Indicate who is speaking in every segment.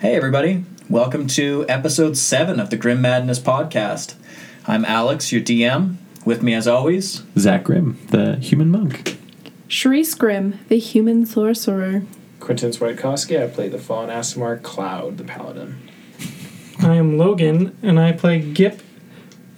Speaker 1: Hey, everybody. Welcome to episode seven of the Grim Madness podcast. I'm Alex, your DM. With me, as always,
Speaker 2: Zach Grimm, the human monk.
Speaker 3: Sharice Grimm, the human sorcerer.
Speaker 4: Quentin Swiatkowski. I play the Fallen Asimar Cloud, the Paladin.
Speaker 5: I am Logan, and I play Gip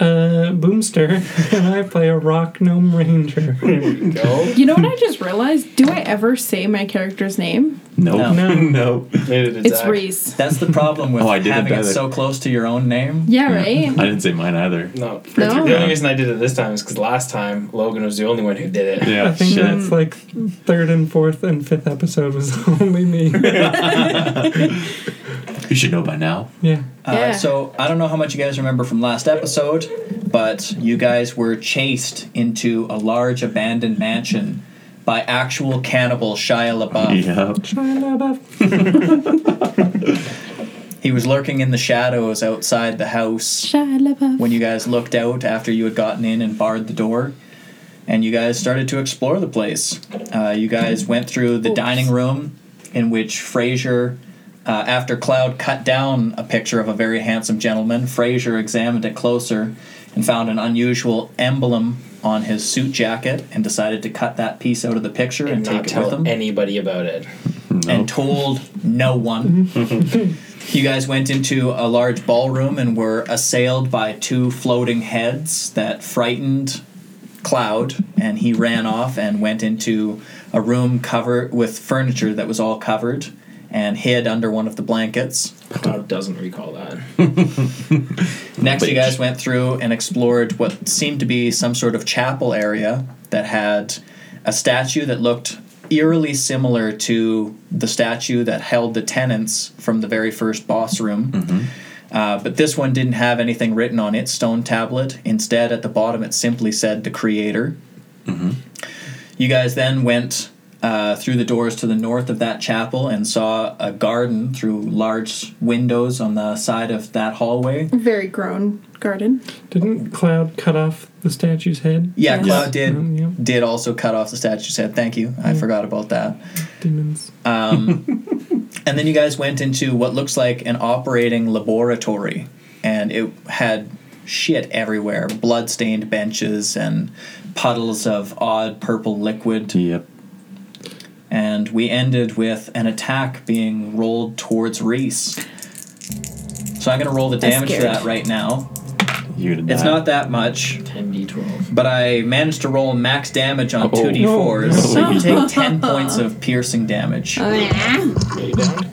Speaker 5: uh, Boomster, and I play a Rock Gnome Ranger.
Speaker 4: There we go.
Speaker 3: You know what I just realized? Do I ever say my character's name?
Speaker 2: Nope.
Speaker 1: No.
Speaker 2: No.
Speaker 4: Neither did
Speaker 3: It's
Speaker 4: Zach.
Speaker 3: Reese.
Speaker 1: that's the problem with
Speaker 2: Oh, I didn't
Speaker 1: having it
Speaker 2: either.
Speaker 1: so close to your own name.
Speaker 3: Yeah, right?
Speaker 2: I didn't say mine either.
Speaker 4: No.
Speaker 3: No.
Speaker 4: The only reason I did it this time is because last time Logan was the only one who did it.
Speaker 2: Yeah,
Speaker 5: I think
Speaker 2: shit.
Speaker 5: that's like third and fourth and fifth episode was only me.
Speaker 2: You should know by now.
Speaker 5: Yeah.
Speaker 3: Yeah.
Speaker 1: Uh, so I don't know how much you guys remember from last episode, but you guys were chased into a large abandoned mansion by actual cannibal Shia LaBeouf.
Speaker 2: Yeah.
Speaker 5: Shia LaBeouf.
Speaker 1: He was lurking in the shadows outside the house.
Speaker 3: Shia LaBeouf.
Speaker 1: when you guys looked out after you had gotten in and barred the door and you guys started to explore the place uh, you guys went through the
Speaker 3: Oops.
Speaker 1: dining room in which frasier uh, after cloud cut down a picture of a very handsome gentleman frasier examined it closer and found an unusual emblem on his suit jacket and decided to cut that piece out of the picture and,
Speaker 4: And
Speaker 1: take
Speaker 4: not
Speaker 1: it with him
Speaker 4: tell anybody about it.
Speaker 1: and told no one. you guys went into a large ballroom and were assailed by two floating heads that frightened Cloud, and he ran off and went into a room covered with furniture that was all covered and hid under one of the blankets.
Speaker 4: Cloud doesn't recall that.
Speaker 1: Next, you
Speaker 2: Bleach.
Speaker 1: guys went through and explored what seemed to be some sort of chapel area that had a statue that looked eerily similar to the statue that held the tenants from the very first boss room. Uh, but this one didn't have anything written on its stone tablet. Instead, at the bottom, it simply said the creator. You guys then went uh, through the doors to the north of that chapel and saw a garden through large windows on the side of that hallway.
Speaker 3: Very grown garden.
Speaker 5: Didn't Cloud cut off the statue's head?
Speaker 1: Yeah,
Speaker 3: Yes.
Speaker 1: Cloud did
Speaker 5: Um, yeah.
Speaker 1: did also cut off the statue's head. Thank you. I forgot about that.
Speaker 5: Demons.
Speaker 1: And then you guys went into what looks like an operating laboratory, and it had shit everywhere blood-stained benches and puddles of odd purple liquid
Speaker 2: Yep.
Speaker 1: and we ended with an attack being rolled towards reese so i'm going to roll the
Speaker 3: I'm
Speaker 1: damage for
Speaker 3: scared.
Speaker 1: that right now
Speaker 2: You're gonna die.
Speaker 1: it's not that much
Speaker 4: 10d12.
Speaker 1: but I managed to roll max damage on
Speaker 2: Oh.
Speaker 1: 2d4s.
Speaker 2: No.
Speaker 1: You take 10 points of piercing damage.
Speaker 4: Are you down?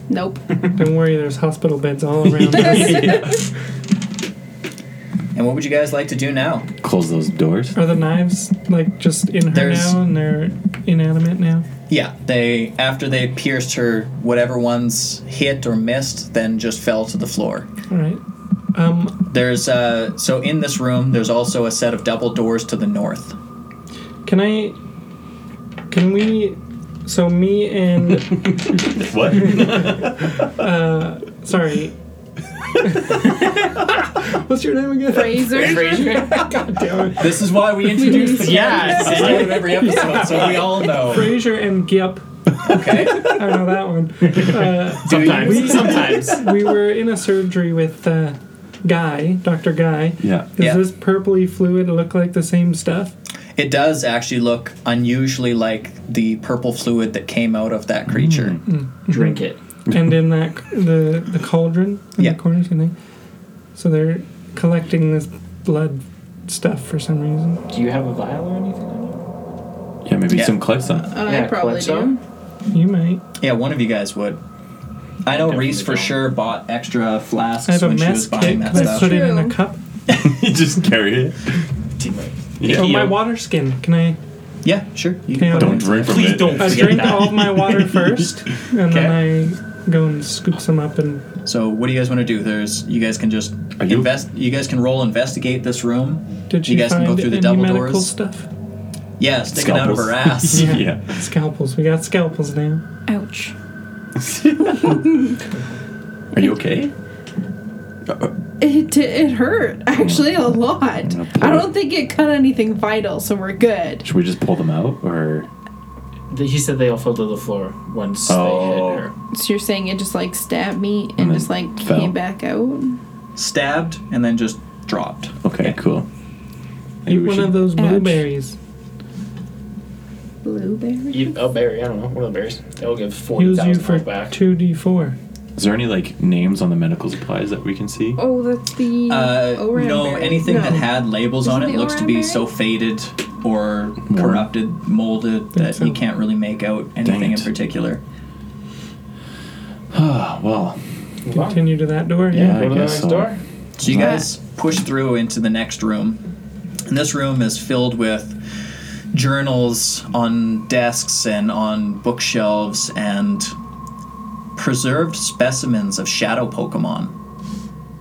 Speaker 3: Nope.
Speaker 5: Don't worry, there's hospital beds all around.
Speaker 1: And what would you guys like to do now?
Speaker 2: Close those doors.
Speaker 5: Are the knives like just in her
Speaker 1: There's-
Speaker 5: now and they're inanimate now?
Speaker 1: Yeah, they after they pierced her, whatever ones hit or missed, then just fell to the floor.
Speaker 5: All right. Um,
Speaker 1: There's uh, so in this room, there's also a set of double doors to the north.
Speaker 5: can I? Can we? So me and
Speaker 2: What?
Speaker 5: Sorry. What's your name again?
Speaker 3: Fraser.
Speaker 5: God damn it.
Speaker 1: This is why we introduced the
Speaker 4: Yeah,
Speaker 1: This is out of every episode, so we all know.
Speaker 5: Fraser and Gip.
Speaker 1: Okay.
Speaker 5: I know that one.
Speaker 4: Sometimes. Sometimes.
Speaker 5: We were in a surgery with uh, Guy, Dr. Guy.
Speaker 2: Yeah.
Speaker 5: Does
Speaker 1: Yeah.
Speaker 5: this purpley fluid look like the same stuff?
Speaker 1: It does actually look unusually like the purple fluid that came out of that creature.
Speaker 4: Drink it.
Speaker 5: And in that the the cauldron in
Speaker 1: Yeah.
Speaker 5: the corner, same thing. So they're collecting this blood stuff for some reason.
Speaker 4: Do you have a vial or anything? on you?
Speaker 2: Yeah, maybe
Speaker 1: Yeah.
Speaker 2: some Clexon.
Speaker 3: I
Speaker 4: Yeah,
Speaker 3: probably
Speaker 4: Calypso.
Speaker 3: do.
Speaker 5: You might.
Speaker 1: Yeah, one of you guys would. I know
Speaker 4: definitely
Speaker 1: Reese for
Speaker 4: don't.
Speaker 1: sure bought extra
Speaker 5: I
Speaker 1: flasks
Speaker 5: have a
Speaker 1: when she was
Speaker 5: mess
Speaker 1: buying
Speaker 5: kit.
Speaker 1: that
Speaker 5: I
Speaker 1: stuff.
Speaker 5: put it in a
Speaker 3: True.
Speaker 5: cup.
Speaker 2: you just carry it. Yeah.
Speaker 5: Oh, my water skin. Can I?
Speaker 1: Yeah, sure. You can
Speaker 5: Yeah.
Speaker 1: put it
Speaker 2: Don't
Speaker 1: in.
Speaker 2: drink from
Speaker 4: Please
Speaker 2: it.
Speaker 4: don't
Speaker 5: I
Speaker 4: forget
Speaker 5: drink
Speaker 4: that.
Speaker 5: all of my water first, and then I go and scoop some up and
Speaker 1: So what do you guys want to do? There's you guys can just
Speaker 2: Are you-
Speaker 1: invest. You guys can roll investigate this room.
Speaker 5: Did
Speaker 1: You
Speaker 5: you,
Speaker 1: guys can go
Speaker 5: find
Speaker 1: through the
Speaker 5: any
Speaker 1: double
Speaker 5: medical
Speaker 1: doors?
Speaker 5: stuff?
Speaker 1: Yeah, sticking out of
Speaker 2: Scalpels.
Speaker 1: her ass.
Speaker 2: Yeah.
Speaker 5: Scalpels. We got scalpels now.
Speaker 3: Ouch.
Speaker 2: Are you okay?
Speaker 3: It, d- it hurt, actually, a lot.
Speaker 2: gonna
Speaker 3: I don't think it cut anything vital, so we're good.
Speaker 2: Should we just pull them out, or
Speaker 6: th- he said they all fell to the floor once
Speaker 2: Oh.
Speaker 6: they hit her.
Speaker 3: So you're saying it just like stabbed me and,
Speaker 2: And then
Speaker 3: just like
Speaker 2: fell.
Speaker 3: came back out?
Speaker 1: Stabbed and then just dropped.
Speaker 2: Okay, cool.
Speaker 5: Eat
Speaker 2: Maybe we
Speaker 5: one
Speaker 2: should-
Speaker 5: of those
Speaker 3: Ouch.
Speaker 5: blueberries.
Speaker 3: Blueberry?
Speaker 4: You, a berry, I don't know, one of the berries. They'll give forty
Speaker 5: Use you
Speaker 4: thousand
Speaker 5: for
Speaker 4: back.
Speaker 5: two d four.
Speaker 2: Is there any like names on the medical supplies that we can see?
Speaker 3: Oh, that's the
Speaker 1: Uh,
Speaker 3: Oran
Speaker 1: no,
Speaker 3: berry.
Speaker 1: anything
Speaker 3: No.
Speaker 1: that had labels on
Speaker 3: Isn't
Speaker 1: it
Speaker 3: it
Speaker 1: looks to
Speaker 3: Oran
Speaker 1: be
Speaker 3: berry?
Speaker 1: so faded or
Speaker 2: Worn.
Speaker 1: corrupted, molded that
Speaker 5: so.
Speaker 1: you can't really make out anything in
Speaker 2: it.
Speaker 1: particular.
Speaker 2: Ah, well,
Speaker 4: Wow.
Speaker 5: Continue to that door.
Speaker 4: Go
Speaker 2: Yeah. I
Speaker 4: to the
Speaker 2: guess
Speaker 4: next
Speaker 2: so.
Speaker 4: door.
Speaker 1: So you
Speaker 3: Yeah.
Speaker 1: guys push through into the next room. And this room is filled with journals on desks and on bookshelves and preserved specimens of shadow Pokemon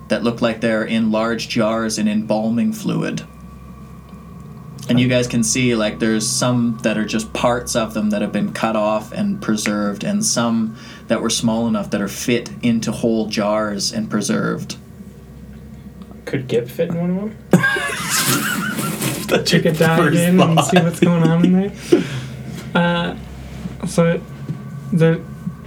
Speaker 1: that look like they're in large jars in embalming fluid. And you guys can see like there's some that are just parts of them that have been cut off and preserved, and some that were small enough that are fit into whole jars and preserved.
Speaker 4: Could Gip fit in one of them?
Speaker 5: Take a dive in and see what's going on in there. Uh, so the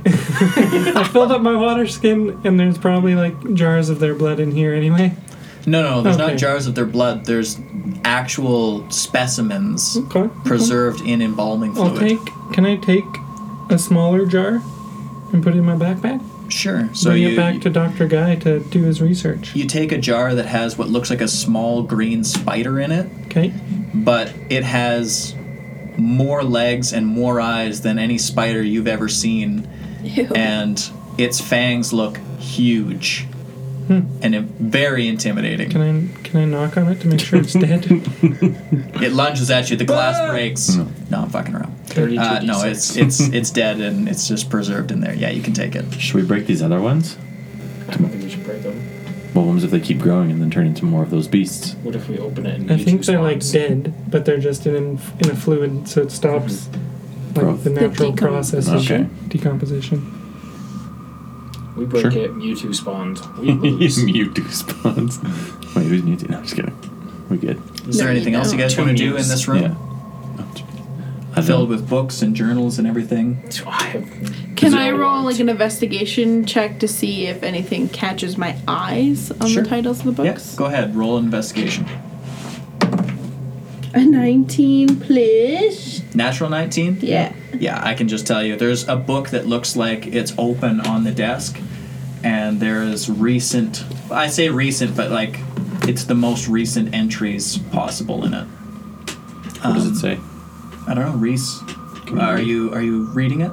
Speaker 5: I filled up my water skin, and there's probably like jars of their blood in here anyway.
Speaker 1: No, no, there's
Speaker 5: Okay.
Speaker 1: not jars of their blood. There's actual specimens
Speaker 5: Okay.
Speaker 1: preserved in embalming
Speaker 5: I'll
Speaker 1: fluid.
Speaker 5: take. Can I take a smaller jar and put it in my backpack?
Speaker 1: Sure. So
Speaker 5: Bring
Speaker 1: you,
Speaker 5: it back to Doctor Guy to do his research.
Speaker 1: you take a jar that has what looks like a small green spider in it,
Speaker 5: Okay.
Speaker 1: but it has more legs and more eyes than any spider you've ever seen,
Speaker 3: Ew.
Speaker 1: and its fangs look huge and it- very intimidating.
Speaker 5: Hmm. Can I can I knock on it to make sure it's dead?
Speaker 1: It lunges at you. The glass breaks.
Speaker 2: Hmm.
Speaker 1: No, I'm fucking around.
Speaker 4: Thirty-two.
Speaker 1: Uh, no,
Speaker 4: D6.
Speaker 1: it's it's it's dead and it's just preserved in there. Yeah, you can take it.
Speaker 2: should we break these other ones?
Speaker 4: I don't think we should break them.
Speaker 2: Well, what happens if they keep growing and then turn into more of those beasts?
Speaker 4: What if we open it and
Speaker 5: I
Speaker 4: each
Speaker 5: think they're like
Speaker 4: responds?
Speaker 5: dead, but they're just in in a fluid, so it stops like
Speaker 2: Growth.
Speaker 5: the natural
Speaker 3: decom-
Speaker 5: process of
Speaker 2: Okay.
Speaker 5: decomposition.
Speaker 4: We break
Speaker 2: Sure.
Speaker 4: it, Mewtwo spawns. We lose.
Speaker 2: Mewtwo spawns. Wait, who's Mewtwo? No, I'm just kidding. We good.
Speaker 1: Is there
Speaker 3: No,
Speaker 1: anything
Speaker 3: you
Speaker 1: else you guys
Speaker 4: don't.
Speaker 1: want to do
Speaker 4: Two
Speaker 1: in
Speaker 4: years.
Speaker 1: this room?
Speaker 2: Yeah. I
Speaker 1: Filled
Speaker 2: filled
Speaker 1: with books and journals and everything.
Speaker 4: I have
Speaker 3: Can
Speaker 4: zero
Speaker 3: I roll
Speaker 4: ones.
Speaker 3: like an investigation check to see if anything catches my eyes on
Speaker 1: Sure.
Speaker 3: the titles of the
Speaker 1: Yes.
Speaker 3: books?
Speaker 1: Go ahead. Roll investigation.
Speaker 3: A 19 plus.
Speaker 1: Natural nineteen.
Speaker 3: Yeah.
Speaker 1: Yeah, I can just tell you. There's a book that looks like it's open on the desk, and there is recent. I say recent, but like, it's the most recent entries possible in it. Um,
Speaker 2: What does it say?
Speaker 1: I don't know, Reese.
Speaker 2: Can you
Speaker 1: Are
Speaker 2: read?
Speaker 1: you are you reading it?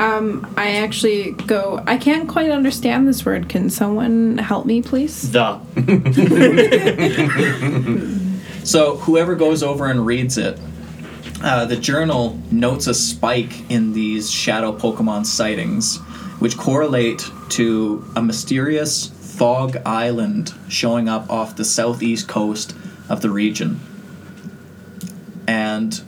Speaker 3: Um, I actually go, I can't quite understand this word. Can someone help me, please?
Speaker 4: the
Speaker 1: So whoever goes over and reads it, uh, the journal notes a spike in these shadow Pokemon sightings, which correlate to a mysterious fog island showing up off the southeast coast of the region. And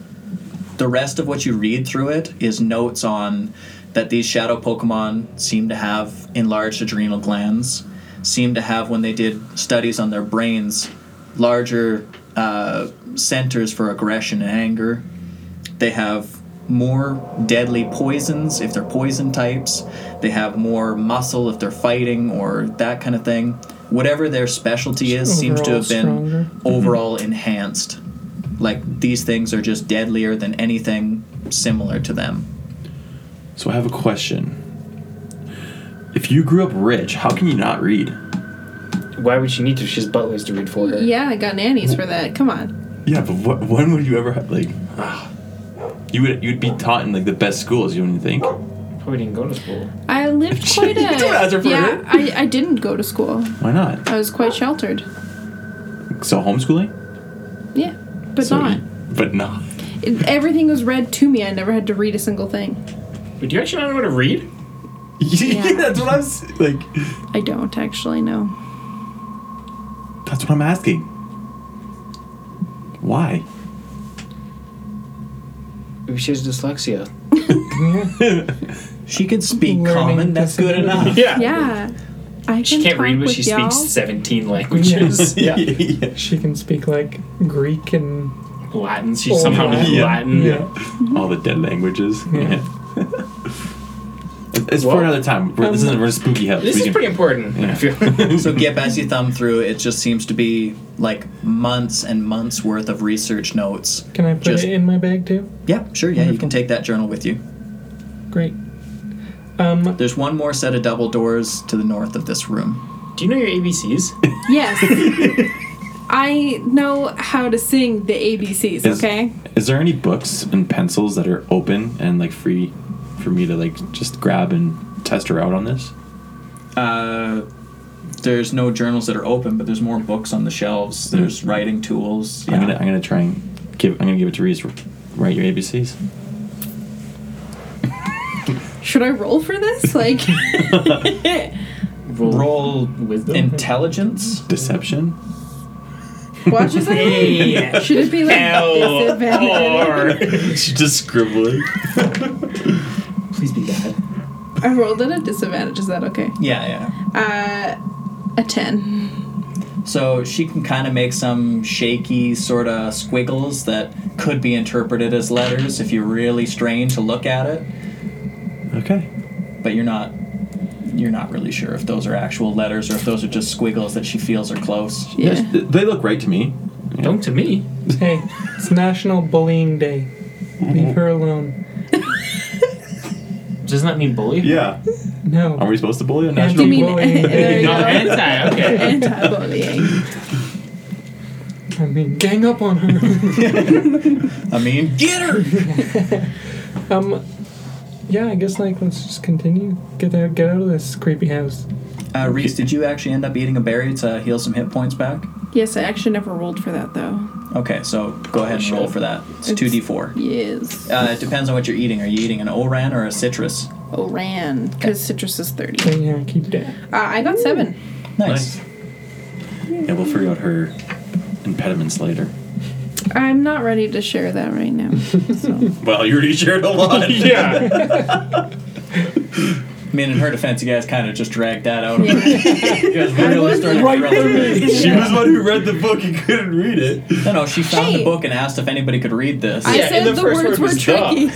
Speaker 1: the rest of what you read through it is notes on that these shadow Pokemon seem to have enlarged adrenal glands, seem to have, when they did studies on their brains, larger uh, centers for aggression and anger. They have more deadly poisons if they're poison types. They have more muscle if they're fighting or that kind of thing. Whatever their specialty is seems to
Speaker 5: Overall
Speaker 1: have been
Speaker 5: stronger. Mm-hmm.
Speaker 1: overall enhanced. Like these things are just deadlier than anything similar to them.
Speaker 2: So I have a question. If you grew up rich, how can you not read?
Speaker 4: Why would she need to? She's butlers to read for her.
Speaker 3: Yeah, I got nannies for that. Come on.
Speaker 2: Yeah, but what, when would you ever have, like? You would you'd be taught in like the best schools, you wouldn't think?
Speaker 4: Probably didn't go to school.
Speaker 3: I lived quite a.
Speaker 2: don't answer for
Speaker 3: yeah,
Speaker 2: her.
Speaker 3: I, I didn't go to school.
Speaker 2: Why not?
Speaker 3: I was quite sheltered.
Speaker 2: So homeschooling?
Speaker 3: Yeah, but
Speaker 2: So
Speaker 3: not.
Speaker 2: you- but not.
Speaker 3: It- everything was read to me. I never had to read a single thing.
Speaker 4: Would you actually not know how to read?
Speaker 2: Yeah.
Speaker 3: Yeah.
Speaker 2: that's what I was like.
Speaker 3: I don't actually know.
Speaker 2: That's what I'm asking. Why?
Speaker 4: Maybe she has dyslexia.
Speaker 1: She can speak
Speaker 5: Learning
Speaker 1: common, that's good
Speaker 5: disability.
Speaker 1: enough.
Speaker 4: Yeah.
Speaker 3: Yeah, I
Speaker 4: She can't
Speaker 3: talk
Speaker 4: read, but
Speaker 3: with
Speaker 4: she
Speaker 3: y'all.
Speaker 4: speaks 17 languages. yeah.
Speaker 5: She can speak like Greek and
Speaker 6: Latin. She
Speaker 5: Old
Speaker 6: somehow knows
Speaker 2: Yeah.
Speaker 6: Latin.
Speaker 2: all the dead languages.
Speaker 5: Yeah.
Speaker 2: Yeah. it's
Speaker 6: Well,
Speaker 2: for another time. We're, this
Speaker 5: um,
Speaker 2: isn't we're just spooky house.
Speaker 6: This
Speaker 2: We
Speaker 6: is
Speaker 2: can-
Speaker 6: pretty important. I
Speaker 2: Yeah.
Speaker 6: feel.
Speaker 1: So Gip, as you thumb through, it just seems to be like months and months worth of research notes.
Speaker 5: Can I put
Speaker 1: Just-
Speaker 5: it in my bag too?
Speaker 1: Yeah, sure. Yeah, you can take that journal with you.
Speaker 5: Great. Um,
Speaker 1: There's one more set of double doors to the north of this room.
Speaker 6: Do you know your ABCs?
Speaker 3: Yes. I know how to sing the ABCs,
Speaker 2: Is-
Speaker 3: okay?
Speaker 2: Is there any books and pencils that are open and like free for me to like just grab and test her out on this?
Speaker 1: Uh, there's no journals that are open, but there's more books on the shelves. There's writing tools.
Speaker 2: I'm gonna I'm gonna try and give I'm gonna give it to Reese. Write your ABCs.
Speaker 3: Should I roll for this? Like,
Speaker 1: Roll
Speaker 6: wisdom.
Speaker 1: intelligence.
Speaker 2: Deception.
Speaker 3: watch this.
Speaker 6: Hey.
Speaker 3: Should it be like
Speaker 6: L
Speaker 3: disadvantage?
Speaker 6: R.
Speaker 2: She's just scribbling.
Speaker 6: Please be bad.
Speaker 3: I rolled at a disadvantage. Is that okay?
Speaker 1: Yeah, yeah.
Speaker 3: Uh, a ten.
Speaker 1: So she can kind of make some shaky sort of squiggles that could be interpreted as letters if you really strain to look at it,
Speaker 2: Okay.
Speaker 1: but you're not you're not really sure if those are actual letters or if those are just squiggles that she feels are close.
Speaker 3: Yeah.
Speaker 2: Yes, th- They look right to me.
Speaker 6: Don't to me.
Speaker 5: hey, it's National Bullying Day. Leave her alone.
Speaker 6: Doesn't that mean bully?
Speaker 2: Yeah. Are
Speaker 5: No.
Speaker 2: we supposed to bully on
Speaker 3: Do
Speaker 2: national?
Speaker 3: you mean
Speaker 5: Bullying.
Speaker 3: there you
Speaker 6: No,
Speaker 3: go.
Speaker 6: anti. Okay.
Speaker 3: anti-bullying?
Speaker 5: I mean, gang up on her.
Speaker 1: I mean, get her.
Speaker 5: um, yeah, I guess like let's just continue. Get out, get out of this creepy house.
Speaker 1: Uh, Reese, did you actually end up eating a berry to heal some hit points back?
Speaker 3: Yes, I actually never rolled for that though.
Speaker 1: Okay, so go ahead and roll for that. It's two d four.
Speaker 3: Yes.
Speaker 1: Uh, it depends on what you're eating. Are you eating an Oran or a citrus?
Speaker 3: Oran, because Oh, citrus is
Speaker 5: So
Speaker 3: thirty.
Speaker 5: yeah, keep that.
Speaker 3: Uh, I got seven.
Speaker 1: Nice.
Speaker 2: Yeah, we'll figure out her impediments later.
Speaker 3: I'm not ready to share that right now. So.
Speaker 2: Well, you already shared a lot.
Speaker 6: Yeah.
Speaker 1: I mean, in her defense, you guys kind of just dragged that out. of her. You guys
Speaker 3: I
Speaker 1: really
Speaker 3: was
Speaker 1: started
Speaker 5: right
Speaker 1: grilling
Speaker 5: there.
Speaker 1: me.
Speaker 2: She was the one who read the book and couldn't read it.
Speaker 1: No, no, she found
Speaker 3: Hey.
Speaker 1: the book and asked if anybody could read this.
Speaker 3: I
Speaker 6: Yeah, and
Speaker 3: said
Speaker 6: the
Speaker 3: the,
Speaker 6: first
Speaker 3: words
Speaker 6: word was
Speaker 3: were tricky.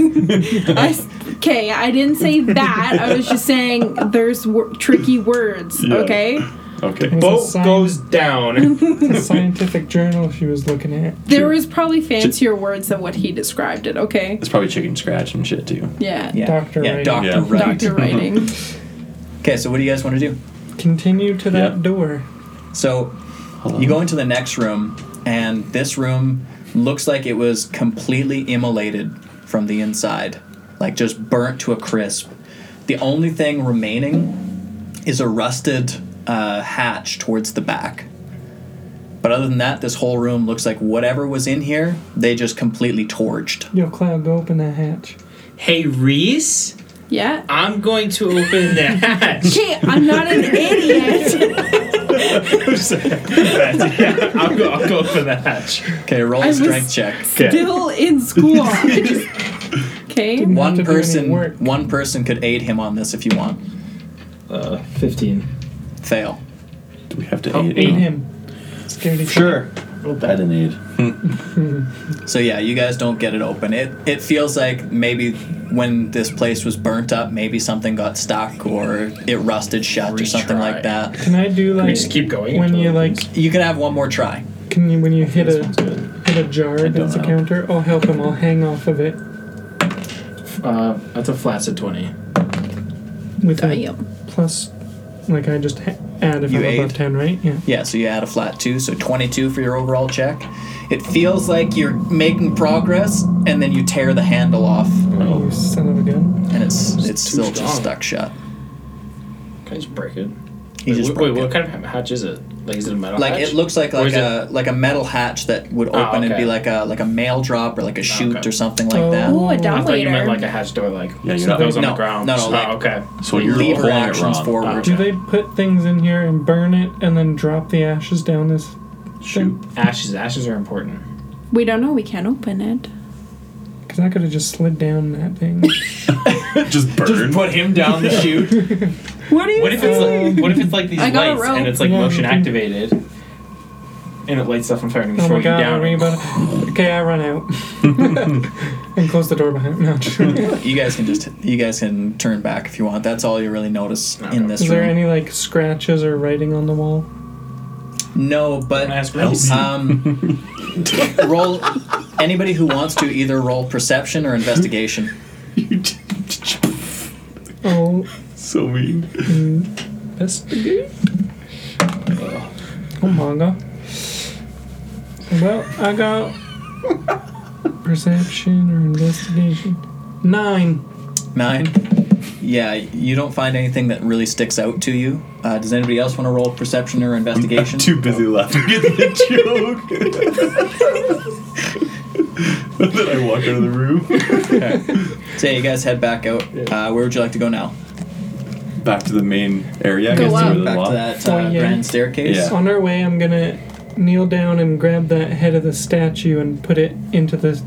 Speaker 3: I s- okay, I didn't say that. I was just saying there's wor- tricky words.
Speaker 2: Yeah.
Speaker 3: Okay,
Speaker 2: Okay.
Speaker 5: It's a
Speaker 4: Oh,
Speaker 6: Boat
Speaker 5: sign-
Speaker 6: goes down.
Speaker 5: it's a scientific journal she was looking at.
Speaker 3: there was probably fancier words than what he described it. Okay,
Speaker 2: It's probably chicken scratch and shit too.
Speaker 3: yeah,
Speaker 1: yeah,
Speaker 5: Dr.
Speaker 1: Yeah,
Speaker 5: Wright.
Speaker 1: Doctor
Speaker 2: Yeah.
Speaker 1: Wright.
Speaker 3: doctor writing.
Speaker 1: Okay, so what do you guys want to do?
Speaker 5: Continue to that
Speaker 2: Yeah.
Speaker 5: door.
Speaker 1: So you go into the next room, and this room looks like it was completely immolated from the inside, like just burnt to a crisp. The only thing remaining is a rusted uh, hatch towards the back. But other than that, this whole room looks like whatever was in here, they just completely torched.
Speaker 5: Yo, Cloud, go open that hatch.
Speaker 6: hey Reese,
Speaker 3: Yeah.
Speaker 6: I'm going to open the hatch.
Speaker 3: Okay, I'm not an idiot.
Speaker 6: yeah, I'll go. I'll go open the hatch.
Speaker 1: Okay, roll
Speaker 3: I
Speaker 1: a
Speaker 3: was-
Speaker 1: strength check.
Speaker 3: Still in school. Okay.
Speaker 5: Didn't have to
Speaker 1: One
Speaker 5: do any
Speaker 1: person,
Speaker 5: work.
Speaker 1: one person could aid him on this if you want.
Speaker 6: Uh, fifteen.
Speaker 1: Fail.
Speaker 2: Do we have to
Speaker 6: Oh,
Speaker 2: aid,
Speaker 5: Aid
Speaker 2: him?
Speaker 5: him. Scaredy
Speaker 2: Sure. I didn't aid.
Speaker 1: So yeah, you guys don't get it open. It it feels like maybe when this place was burnt up, maybe something got stuck or it rusted shut or something
Speaker 6: Retry.
Speaker 1: like that.
Speaker 5: Can I do like
Speaker 6: we just keep going
Speaker 5: when
Speaker 6: until
Speaker 5: you
Speaker 6: it
Speaker 5: like
Speaker 1: You can have one more try.
Speaker 5: can you when you hit
Speaker 6: This
Speaker 5: a
Speaker 6: one's good.
Speaker 5: hit a jar that's a
Speaker 2: know.
Speaker 5: counter? I'll help him. I'll hang off of it
Speaker 6: Uh, that's a flaccid twenty.
Speaker 5: with a
Speaker 3: Damn.
Speaker 5: plus. Like I just ha- add if
Speaker 1: You
Speaker 5: I'm above
Speaker 1: aid?
Speaker 5: ten, right? Yeah.
Speaker 1: Yeah, so you add a flat two, so twenty-two for your overall check. It feels like you're making progress, and then you tear the handle off,
Speaker 5: You son of a gun.
Speaker 1: and it's it's,
Speaker 6: too
Speaker 1: still just
Speaker 6: strong.
Speaker 1: stuck shut.
Speaker 6: Can I just break it?
Speaker 1: He
Speaker 6: wait,
Speaker 1: just
Speaker 6: wait,
Speaker 1: broke
Speaker 6: what
Speaker 1: it.
Speaker 6: kind of hatch is it? Like, is it a metal
Speaker 1: Like
Speaker 6: hatch?
Speaker 1: it looks like
Speaker 6: Or
Speaker 1: like
Speaker 6: is it- Oh,
Speaker 1: a like a metal hatch that would open and
Speaker 6: okay.
Speaker 1: be like a like a mail drop or like a chute
Speaker 6: okay.
Speaker 1: or something like
Speaker 5: Oh.
Speaker 1: that.
Speaker 3: Oh, a
Speaker 6: I
Speaker 3: dumb
Speaker 6: thought you meant like
Speaker 3: waiter.
Speaker 6: a hatch door, like
Speaker 2: Yeah, you're
Speaker 6: so
Speaker 2: not-
Speaker 6: goes on
Speaker 1: no,
Speaker 6: the ground.
Speaker 1: no, no,
Speaker 6: Oh,
Speaker 1: like-
Speaker 6: okay.
Speaker 2: So you're
Speaker 1: Lever
Speaker 2: rolling it
Speaker 1: actions
Speaker 2: wrong.
Speaker 1: forward.
Speaker 6: Oh, okay.
Speaker 5: Do they put things in here and burn it and then drop the ashes down as
Speaker 2: Shoot.
Speaker 6: Ashes, ashes are important.
Speaker 3: We don't know. We can't open it.
Speaker 5: Because I could have just slid down that thing.
Speaker 2: just burn.
Speaker 1: Put him down the chute.
Speaker 3: What do you
Speaker 6: What if it's like, what if it's like these
Speaker 3: I got a
Speaker 6: lights
Speaker 3: rope.
Speaker 6: and it's like
Speaker 5: Yeah,
Speaker 6: motion
Speaker 5: we can-
Speaker 6: activated? and it lights up on fire and
Speaker 5: Oh
Speaker 6: throw
Speaker 5: my
Speaker 6: you
Speaker 5: god,
Speaker 6: down.
Speaker 5: are we about to- Okay, I run out. and close the door behind me. No, is
Speaker 1: You guys can just you guys can turn back if you want. That's all you really notice in this
Speaker 5: there
Speaker 1: room.
Speaker 5: any like scratches or writing on the wall?
Speaker 1: no, but
Speaker 6: Can I ask Rose?
Speaker 1: um, roll anybody who wants to either roll perception or investigation.
Speaker 5: Oh,
Speaker 2: so mean.
Speaker 5: investigate. Oh my god. Well, I got perception or investigation. Nine.
Speaker 1: Nine. Yeah, you don't find anything that really sticks out to you. Uh, does anybody else want to roll perception or investigation?
Speaker 2: Too busy laughing at the joke. then I walk out of the room.
Speaker 1: So yeah, you guys head back out. Uh, where would you like to go now?
Speaker 2: Back to the main area. I
Speaker 3: Go
Speaker 2: guess
Speaker 3: up.
Speaker 2: where the
Speaker 1: Back
Speaker 2: lock-
Speaker 1: to that uh,
Speaker 5: Oh, yeah.
Speaker 1: grand staircase.
Speaker 2: Yeah.
Speaker 5: On our way, I'm gonna kneel down and grab that head of the statue and put it into the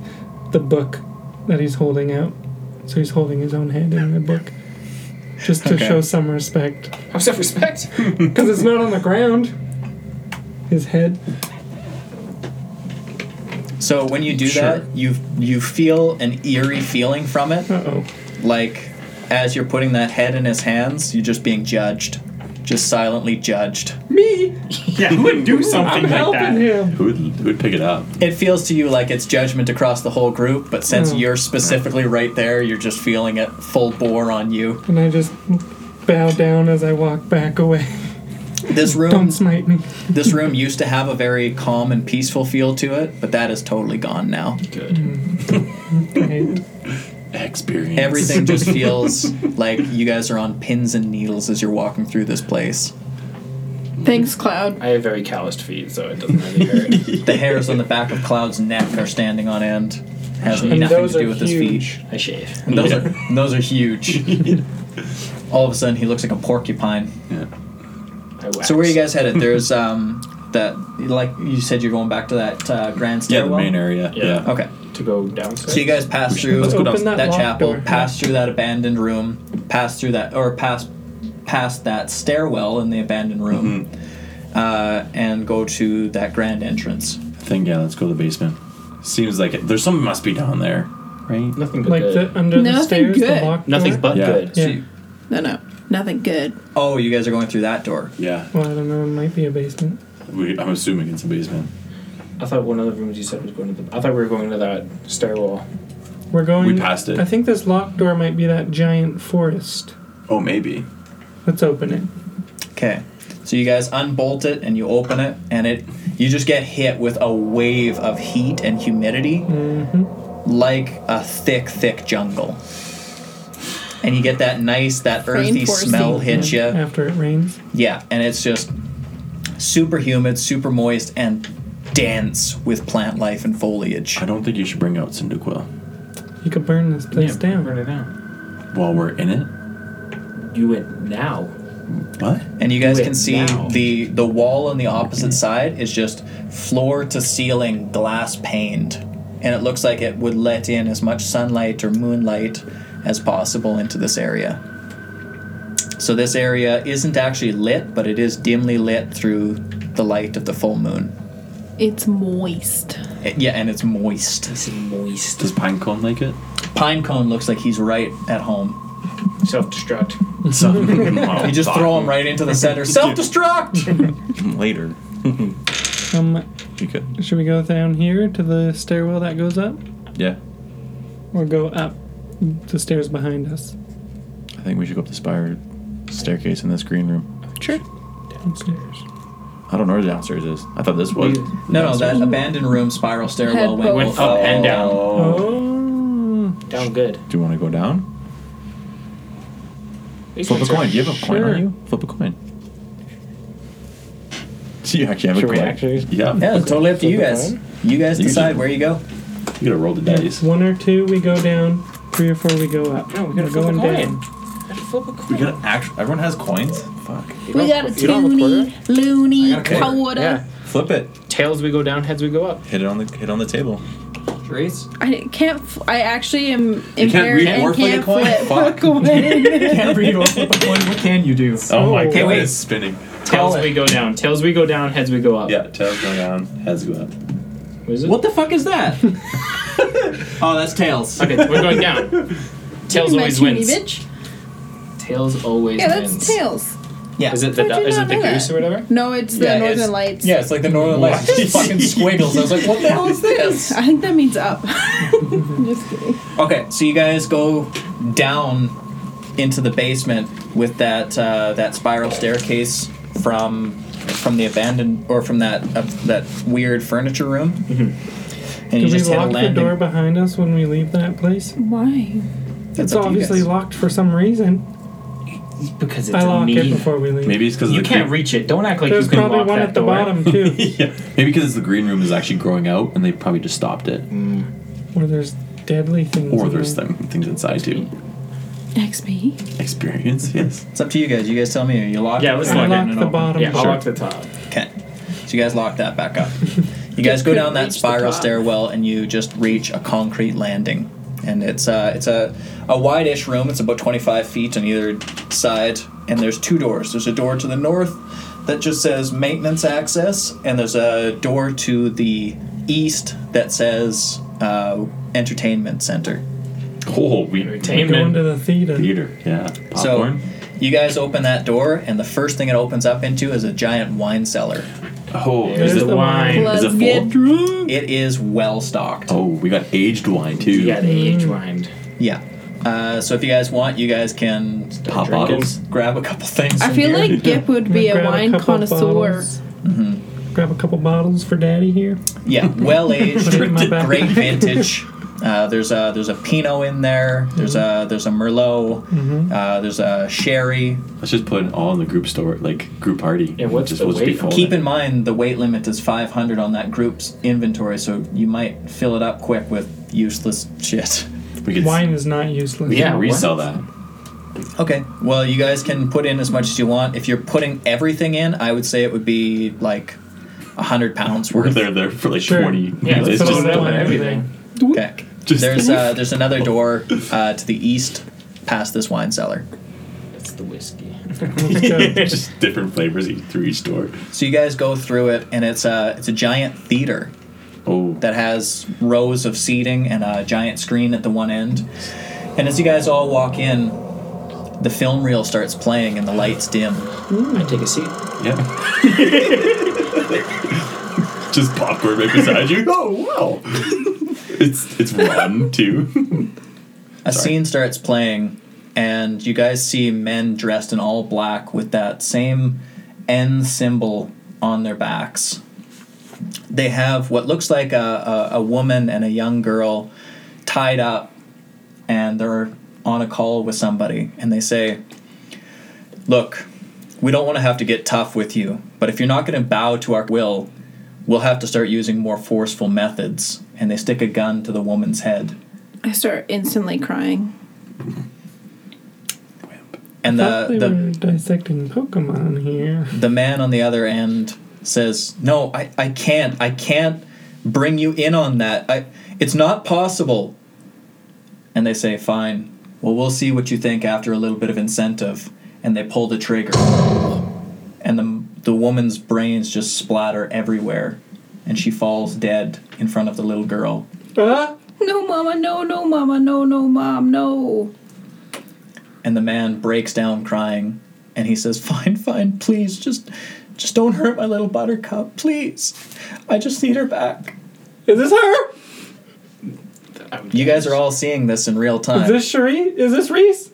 Speaker 5: the book that he's holding out. So he's holding his own head in the book, just to
Speaker 1: Okay.
Speaker 5: show some respect,
Speaker 4: Have self respect.
Speaker 5: because it's not on the ground. His head.
Speaker 1: So when you do
Speaker 2: Sure.
Speaker 1: that, you you feel an eerie feeling from it,
Speaker 5: Uh oh.
Speaker 1: like as you're putting that head in his hands, you're just being judged, just silently judged.
Speaker 6: yeah, who would do something
Speaker 5: I'm
Speaker 6: like that?
Speaker 5: helping him.
Speaker 2: Who would, who would pick it up?
Speaker 1: It feels to you like it's judgment across the whole group, but since
Speaker 5: Oh.
Speaker 1: you're specifically right there, you're just feeling it full bore on you.
Speaker 5: And I just bow down as I walk back away.
Speaker 1: This
Speaker 5: Don't
Speaker 1: room
Speaker 5: smite me.
Speaker 1: this room used to have a very calm and peaceful feel to it, but that is totally gone now.
Speaker 6: Good.
Speaker 5: Right.
Speaker 2: Experience.
Speaker 1: Everything just feels like you guys are on pins and needles as you're walking through this place.
Speaker 3: Thanks, Cloud.
Speaker 6: I have very calloused feet, so it doesn't really hurt.
Speaker 1: The hairs on the back of Cloud's neck are standing on end. Has
Speaker 6: And
Speaker 1: nothing to do with his feet.
Speaker 4: huge.
Speaker 6: I shave.
Speaker 1: And those are and those are huge. All of a sudden, he looks like a porcupine.
Speaker 2: Yeah.
Speaker 6: I wax.
Speaker 1: So where are you guys headed? There's um that like you said you're going back to that uh, grand
Speaker 2: Yeah,
Speaker 1: stairwell.
Speaker 2: the main area.
Speaker 6: Yeah.
Speaker 2: Yeah.
Speaker 1: Okay,
Speaker 6: to go downstairs?
Speaker 1: so you guys pass through
Speaker 2: Let's go
Speaker 5: Open
Speaker 2: down-
Speaker 5: that,
Speaker 1: that
Speaker 5: locked
Speaker 1: chapel,
Speaker 5: door.
Speaker 1: pass through that abandoned room, pass through that or pass past that stairwell in the abandoned room,
Speaker 2: Mm-hmm.
Speaker 1: uh, and go to that grand entrance.
Speaker 2: I think, yeah, let's go to the basement. Seems like it. There's something must be down there, right?
Speaker 6: Nothing but
Speaker 5: Like
Speaker 6: good.
Speaker 5: the under the
Speaker 3: Nothing
Speaker 5: stairs,
Speaker 3: good.
Speaker 5: the locked
Speaker 6: Nothing
Speaker 5: door.
Speaker 6: but
Speaker 2: Yeah.
Speaker 6: good.
Speaker 5: Yeah.
Speaker 1: So you-
Speaker 3: No, no, nothing good.
Speaker 1: oh, you guys are going through that door.
Speaker 2: Yeah.
Speaker 5: Well, I don't know. It might be a basement.
Speaker 2: We, I'm assuming it's a basement.
Speaker 6: I thought one of the rooms you said was going to the. I thought we were going to that stairwell.
Speaker 5: We're going.
Speaker 2: We passed it.
Speaker 5: I think this locked door might be that giant forest.
Speaker 2: Oh, maybe.
Speaker 5: Let's open it.
Speaker 1: Okay. So you guys unbolt it and you open it and it you just get hit with a wave of heat and humidity like a thick thick jungle. And you get that nice that earthy
Speaker 3: Rainforest-y.
Speaker 1: smell hit you. Yeah.
Speaker 5: After it rains.
Speaker 1: and it's just super humid, super moist and dense with plant life and foliage.
Speaker 2: I don't think you should bring out Cyndaquil
Speaker 5: You could burn this place down.
Speaker 6: Burn it down.
Speaker 2: while we're in it.
Speaker 6: Do it now.
Speaker 2: What?
Speaker 1: And you guys
Speaker 6: Do it
Speaker 1: can see
Speaker 6: now.
Speaker 1: the the wall on the opposite side is just floor to ceiling glass paned, and it looks like it would let in as much sunlight or moonlight as possible into this area. So this area isn't actually lit, but it is dimly lit through the light of the full moon.
Speaker 3: It's moist.
Speaker 1: Eh, yeah, and it's moist.
Speaker 6: It's moist.
Speaker 2: Does Pinecone like it?
Speaker 1: Pinecone looks like he's right at home.
Speaker 6: Self destruct.
Speaker 1: You
Speaker 2: you
Speaker 1: just throw him right into the center. Self destruct.
Speaker 2: later.
Speaker 5: Um,
Speaker 2: You could.
Speaker 5: should we go down here to the stairwell that goes up,
Speaker 2: Yeah.
Speaker 5: or go up the stairs behind us?
Speaker 7: I think we should go up the spire staircase in this green room.
Speaker 5: Sure.
Speaker 7: I don't know where the downstairs is. I thought this was.
Speaker 1: No, no, that abandoned room spiral stairwell
Speaker 3: Head
Speaker 1: went,
Speaker 3: both.
Speaker 6: Went up and down.
Speaker 5: Oh.
Speaker 6: Down good.
Speaker 7: Do you want to go down? Flip a coin. You have a coin
Speaker 5: Sure.
Speaker 7: on you? Flip a coin. Do you actually have
Speaker 6: Should
Speaker 7: a
Speaker 6: we
Speaker 7: coin?
Speaker 6: actually?
Speaker 2: Yeah.
Speaker 1: Yeah, it's totally up to you guys. You guys
Speaker 2: You
Speaker 1: decide
Speaker 2: should-
Speaker 1: where you go.
Speaker 2: You gotta roll the dice.
Speaker 5: One or two, we go down. Three or four, we go up.
Speaker 6: No,
Speaker 2: Oh,
Speaker 6: we
Speaker 5: We're
Speaker 6: gotta flip a
Speaker 5: going
Speaker 6: coin.
Speaker 5: down.
Speaker 6: Flip a coin.
Speaker 7: We got actually. Everyone has coins. Fuck.
Speaker 3: we got a
Speaker 6: you don't have a
Speaker 3: toonie, loony, quarter.
Speaker 6: Yeah.
Speaker 7: Flip it.
Speaker 6: Tails we go down, heads we go up.
Speaker 7: Hit it on the hit on the table.
Speaker 1: Therese?
Speaker 3: I can't. Fl- I actually am impaired
Speaker 2: read
Speaker 3: and
Speaker 2: or flip a
Speaker 3: can't
Speaker 2: coin?
Speaker 3: flip
Speaker 2: Fuck.
Speaker 3: a coin.
Speaker 1: Can't read or flip a coin. What can you do?
Speaker 2: Oh,
Speaker 5: my
Speaker 2: my
Speaker 5: Okay,
Speaker 2: god,
Speaker 1: wait.
Speaker 2: it's spinning.
Speaker 6: Tails we go down. Tails we go down. Heads we go up.
Speaker 2: Yeah, tails go down, heads go up.
Speaker 6: What is it?
Speaker 1: What the fuck is that? oh, that's tails.
Speaker 6: Okay, we're going down. Tails
Speaker 3: You
Speaker 6: always
Speaker 3: my teeny
Speaker 6: wins.
Speaker 3: Bitch.
Speaker 6: Tails always
Speaker 3: Yeah,
Speaker 6: wins.
Speaker 3: that's tails.
Speaker 1: Yeah.
Speaker 6: Is it the
Speaker 3: How'd
Speaker 6: du-
Speaker 3: you
Speaker 6: is
Speaker 3: not
Speaker 6: it the
Speaker 3: know that?
Speaker 6: goose or whatever?
Speaker 3: No, it's the
Speaker 1: Yeah, it's-
Speaker 3: Northern Lights.
Speaker 1: Yeah, it's like the northern lights just fucking squiggles. I was like, what the hell is this?
Speaker 3: I think that means up. Just kidding.
Speaker 1: Okay, so you guys go down into the basement with that uh, that spiral staircase from from the abandoned or from that uh, that weird furniture room. And you
Speaker 5: Do we
Speaker 1: just hit a
Speaker 5: lock the
Speaker 1: landing.
Speaker 5: door behind us when we leave that place?
Speaker 3: Why?
Speaker 5: It's
Speaker 1: up to you
Speaker 5: obviously
Speaker 1: guys.
Speaker 5: locked for some reason.
Speaker 6: Because it's
Speaker 5: I lock
Speaker 6: me.
Speaker 5: it before we leave.
Speaker 2: Maybe it's because
Speaker 6: You
Speaker 2: the green-
Speaker 6: can't reach it. Don't act like
Speaker 5: There's
Speaker 6: you can
Speaker 5: probably
Speaker 6: lock
Speaker 5: one
Speaker 6: that
Speaker 5: at the
Speaker 6: door.
Speaker 5: bottom too,
Speaker 2: yeah, maybe because the green room is actually growing out, and they probably just stopped it.
Speaker 6: Mm-hmm.
Speaker 5: where there's deadly things.
Speaker 2: Or
Speaker 5: in
Speaker 2: there's
Speaker 5: there.
Speaker 2: them, things inside too.
Speaker 3: XP.
Speaker 2: Experience, yes.
Speaker 1: It's up to you guys. You guys tell me. You lock.
Speaker 6: Yeah,
Speaker 1: it?
Speaker 6: let's
Speaker 5: I
Speaker 6: lock it.
Speaker 5: locked
Speaker 6: and
Speaker 5: the
Speaker 6: open.
Speaker 5: bottom.
Speaker 6: Yeah,
Speaker 4: I'll
Speaker 6: sure.
Speaker 4: lock the top.
Speaker 1: Okay. So you guys lock that back up. You guys go down that
Speaker 3: reach the
Speaker 1: spiral
Speaker 3: top.
Speaker 1: stairwell and you just reach a concrete landing. And it's uh, it's a, a wide-ish room. It's about 25 feet on either side. And there's two doors. There's a door to the north that just says maintenance access, and there's a door to the east that says uh, entertainment center.
Speaker 2: Oh, we
Speaker 5: Going to
Speaker 6: Entertainment.
Speaker 5: the theater.
Speaker 2: theater, yeah. Popcorn.
Speaker 1: So you guys open that door, and the first thing it opens up into is a giant wine cellar.
Speaker 2: oh,
Speaker 6: There's
Speaker 2: is
Speaker 5: There's
Speaker 6: the
Speaker 2: it,
Speaker 5: the wine.
Speaker 6: wine.
Speaker 2: is it
Speaker 3: Let's
Speaker 2: full?
Speaker 3: get
Speaker 1: It is well stocked.
Speaker 2: Oh, we got aged wine too.
Speaker 6: Yeah, the
Speaker 5: Mm.
Speaker 6: age wind.
Speaker 1: Yeah. Uh, so if you guys want, you guys can
Speaker 2: Pop
Speaker 6: Drinking.
Speaker 2: bottles.
Speaker 1: grab a couple things.
Speaker 3: I
Speaker 1: from
Speaker 3: feel
Speaker 1: here.
Speaker 3: like Gip would be a
Speaker 5: Grab
Speaker 3: wine
Speaker 5: couple
Speaker 3: connoisseur.
Speaker 5: bottles. Grab a couple bottles for Daddy here.
Speaker 1: yeah, well aged,
Speaker 5: Put it in my backpack.
Speaker 1: great vintage. Uh, there's a there's a Pinot in there. There's a there's a Merlot.
Speaker 5: Mm-hmm.
Speaker 1: Uh, there's a sherry.
Speaker 2: Let's just put it all in the group store, like group party.
Speaker 6: Yeah, what's
Speaker 2: just
Speaker 6: the
Speaker 2: what's
Speaker 6: weight?
Speaker 2: before
Speaker 1: Keep
Speaker 2: that.
Speaker 1: in mind the weight limit is 500 on that group's inventory, so you might fill it up quick with useless shit.
Speaker 2: We could
Speaker 5: Wine is not useless.
Speaker 2: yeah,
Speaker 6: Yeah, what?
Speaker 2: resell that.
Speaker 1: Okay. Well, you guys can put in as much as you want. If you're putting everything in, I would say it would be like 100 pounds
Speaker 2: We're
Speaker 1: worth.
Speaker 2: there there for like
Speaker 5: Sure.
Speaker 2: twenty.
Speaker 6: Yeah, let's
Speaker 5: put
Speaker 2: it's just
Speaker 6: just
Speaker 5: it
Speaker 6: it
Speaker 5: all
Speaker 6: up
Speaker 5: in.
Speaker 6: and everything.
Speaker 1: Okay.
Speaker 2: Just-
Speaker 1: there's uh, there's another door uh, to the east, past this wine cellar.
Speaker 6: That's the whiskey.
Speaker 5: Let's go.
Speaker 2: just different flavors each- through each store.
Speaker 1: So you guys go through it, and it's a it's a giant theater
Speaker 2: Oh,
Speaker 1: that has rows of seating and a giant screen at the one end. And as you guys all walk in, the film reel starts playing, and the lights dim.
Speaker 6: I take a seat.
Speaker 2: yeah. just popcorn right beside you. Oh wow. it's it's run too.
Speaker 1: A scene starts playing, and you guys see men dressed in all black with that same N symbol on their backs. They have what looks like a, a, a woman and a young girl tied up, and they're on a call with somebody, and they say, Look, we don't want to have to get tough with you, but if you're not going to bow to our will, we'll have to start using more forceful methods. And they stick a gun to the woman's head.
Speaker 3: I start instantly crying.
Speaker 1: And the,
Speaker 5: Thought they
Speaker 1: the
Speaker 5: were dissecting Pokemon here.
Speaker 1: the man on the other end says, "No, I, I can't. I can't bring you in on that. I it's not possible." And they say, "Fine. Well, we'll see what you think after a little bit of incentive." And they pull the trigger. And the the woman's brains just splatter everywhere, and she falls dead in front of the little girl.
Speaker 5: Ah!
Speaker 3: No, mama, no, no, mama, no, no, mom, no.
Speaker 1: and the man breaks down crying and he says fine fine please just just don't hurt my little buttercup please i just need her back
Speaker 5: Is this her?
Speaker 1: you guys are all seeing this in real
Speaker 5: Is
Speaker 1: time
Speaker 5: this Cherie? Is this Reese?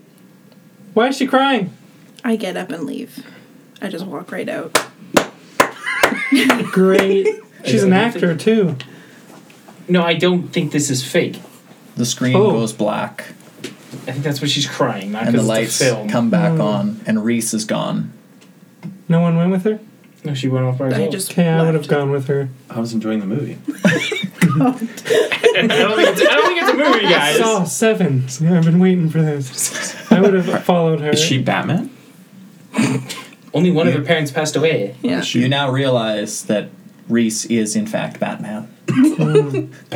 Speaker 5: Why is she crying?
Speaker 3: I get up and leave. I just walk right out.
Speaker 5: Great. She's an actor too.
Speaker 6: No, I don't think this is fake.
Speaker 1: the screen
Speaker 5: Oh.
Speaker 1: goes black
Speaker 6: I think that's what she's crying, not
Speaker 1: and the
Speaker 6: because
Speaker 1: lights
Speaker 6: it's a film. Hmm.
Speaker 1: come back on and reese is gone
Speaker 5: No one went with her.
Speaker 6: no, she went off by
Speaker 3: I
Speaker 6: herself.
Speaker 3: just
Speaker 5: Okay, I would have
Speaker 3: left.
Speaker 5: gone with her.
Speaker 2: I was enjoying the movie.
Speaker 6: I, don't think it's, I don't think it's a movie,
Speaker 5: I saw
Speaker 6: guys.
Speaker 5: seven. So I've been waiting for this. I would have followed her.
Speaker 2: Is she Batman?
Speaker 6: Only one of her parents passed away.
Speaker 3: Yeah.
Speaker 1: you now realize that reese is in fact batman
Speaker 6: Batwoman.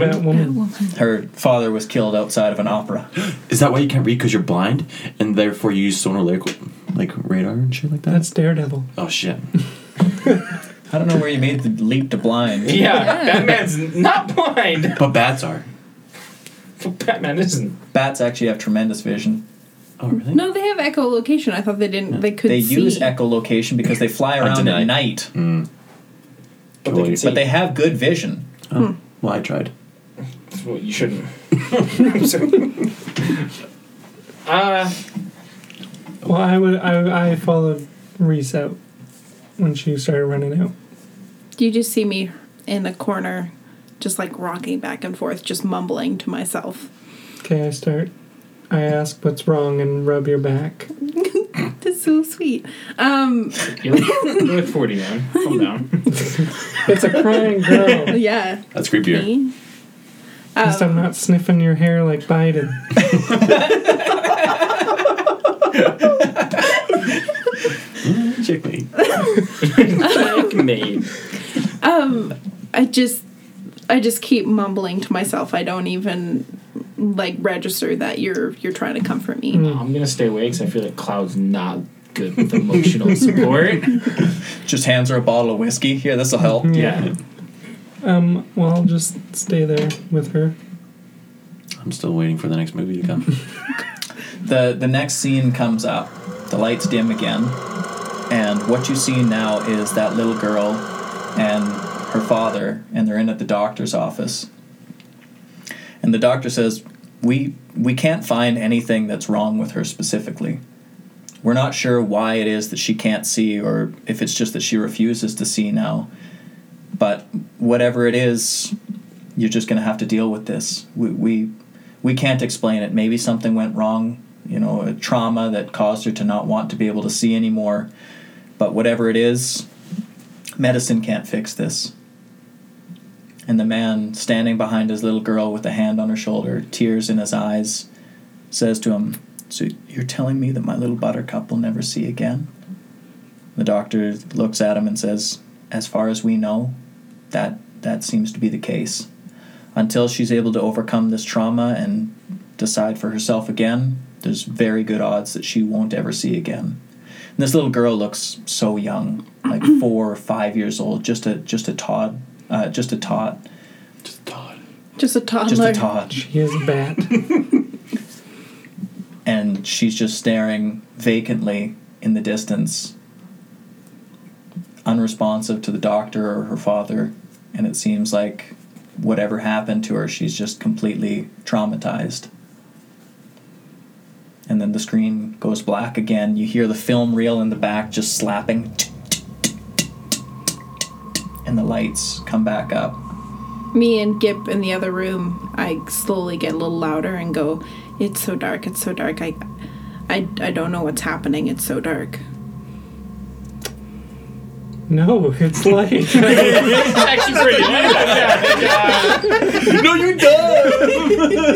Speaker 5: that woman?
Speaker 1: her father was killed outside of an opera
Speaker 2: Is that why you can't read because you're blind and therefore you use sonar like radar and shit like that?
Speaker 5: That's Daredevil.
Speaker 2: oh shit.
Speaker 1: I don't know where you made the leap to blind.
Speaker 6: Yeah, Batman's not blind.
Speaker 2: But bats are.
Speaker 6: Batman isn't.
Speaker 1: Bats actually have tremendous vision.
Speaker 2: Oh really?
Speaker 3: No, they have echolocation. I thought they didn't. They could
Speaker 1: they
Speaker 3: see.
Speaker 1: use echolocation because they fly around
Speaker 2: deny.
Speaker 1: at night,
Speaker 6: But they can see.
Speaker 1: but they have good vision.
Speaker 2: Well, I tried.
Speaker 6: Well, you shouldn't. I'm sorry. Uh,
Speaker 5: Well, I would. I, I followed Reese out when she started running out.
Speaker 3: you just see me in a corner, just like rocking back and forth, just mumbling to myself.
Speaker 5: Okay, I start. I ask what's wrong and rub your back.
Speaker 3: That's so sweet. Um,
Speaker 6: you look, you look 40, man. Calm down.
Speaker 5: It's a crying girl.
Speaker 3: yeah.
Speaker 2: That's creepier.
Speaker 3: Me?
Speaker 5: At least I'm not sniffing your hair like Biden.
Speaker 2: Check me.
Speaker 6: Like me.
Speaker 3: I just, I just keep mumbling to myself. I don't even like register that you're you're trying to comfort me.
Speaker 6: I'm gonna stay away because I feel like Cloud's not good with emotional support.
Speaker 1: Just hands her a bottle of whiskey. Here, this will help.
Speaker 6: yeah.
Speaker 5: Um, well, I'll just stay there with her.
Speaker 2: I'm still waiting for the next movie to come.
Speaker 1: the the next scene comes up the lights dim again and what you see now is that little girl and her father and they're in at the doctor's office and the doctor says we we can't find anything that's wrong with her specifically we're not sure why it is that she can't see or if it's just that she refuses to see now but whatever it is you're just going to have to deal with this we, we we can't explain it. Maybe something went wrong, you know, a trauma that caused her to not want to be able to see anymore. But whatever it is, medicine can't fix this. And the man standing behind his little girl with a hand on her shoulder, tears in his eyes, says to him, So you're telling me that my little buttercup will never see again? The doctor looks at him and says, As far as we know, that that seems to be the case until she's able to overcome this trauma and decide for herself again, there's very good odds that she won't ever see again. And this little girl looks so young, like four or five years old, just a just a Todd, uh, just a tot,
Speaker 2: Just Todd.
Speaker 3: Just a toddler.
Speaker 1: just a tot,
Speaker 5: She is a bat.
Speaker 1: and she's just staring vacantly in the distance, unresponsive to the doctor or her father, and it seems like whatever happened to her, she's just completely traumatized. And then the screen goes black again. You hear the film reel in the back just slapping. And the lights come back up.
Speaker 3: me and Gip in the other room, I slowly get a little louder and go, "It's so dark. It's so dark. I, I, I don't know what's happening. It's so dark."
Speaker 5: No, it's light.
Speaker 6: It's actually pretty
Speaker 2: no, you don't.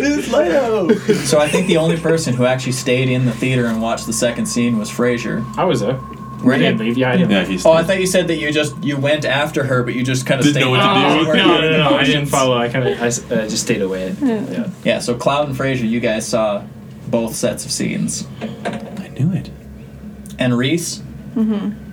Speaker 2: it's Leo.
Speaker 1: So I think the only person who actually stayed in the theater and watched the second scene was Frasier.
Speaker 6: I was there.
Speaker 1: Were
Speaker 6: I
Speaker 1: you?
Speaker 6: didn't leave. Yeah, I didn't.
Speaker 2: Yeah, he's.
Speaker 1: Oh, I thought you said that you just you went after her, but you just kind of stayed.
Speaker 2: Didn't know what to
Speaker 1: Oh,
Speaker 2: do.
Speaker 1: where
Speaker 6: no,
Speaker 1: you
Speaker 6: no,
Speaker 1: were.
Speaker 6: no, I didn't follow. I kind of I s- uh, just stayed away. Yeah.
Speaker 1: Yeah, so Cloud and Fraser, you guys saw both sets of scenes,
Speaker 2: I knew it.
Speaker 1: and Reese,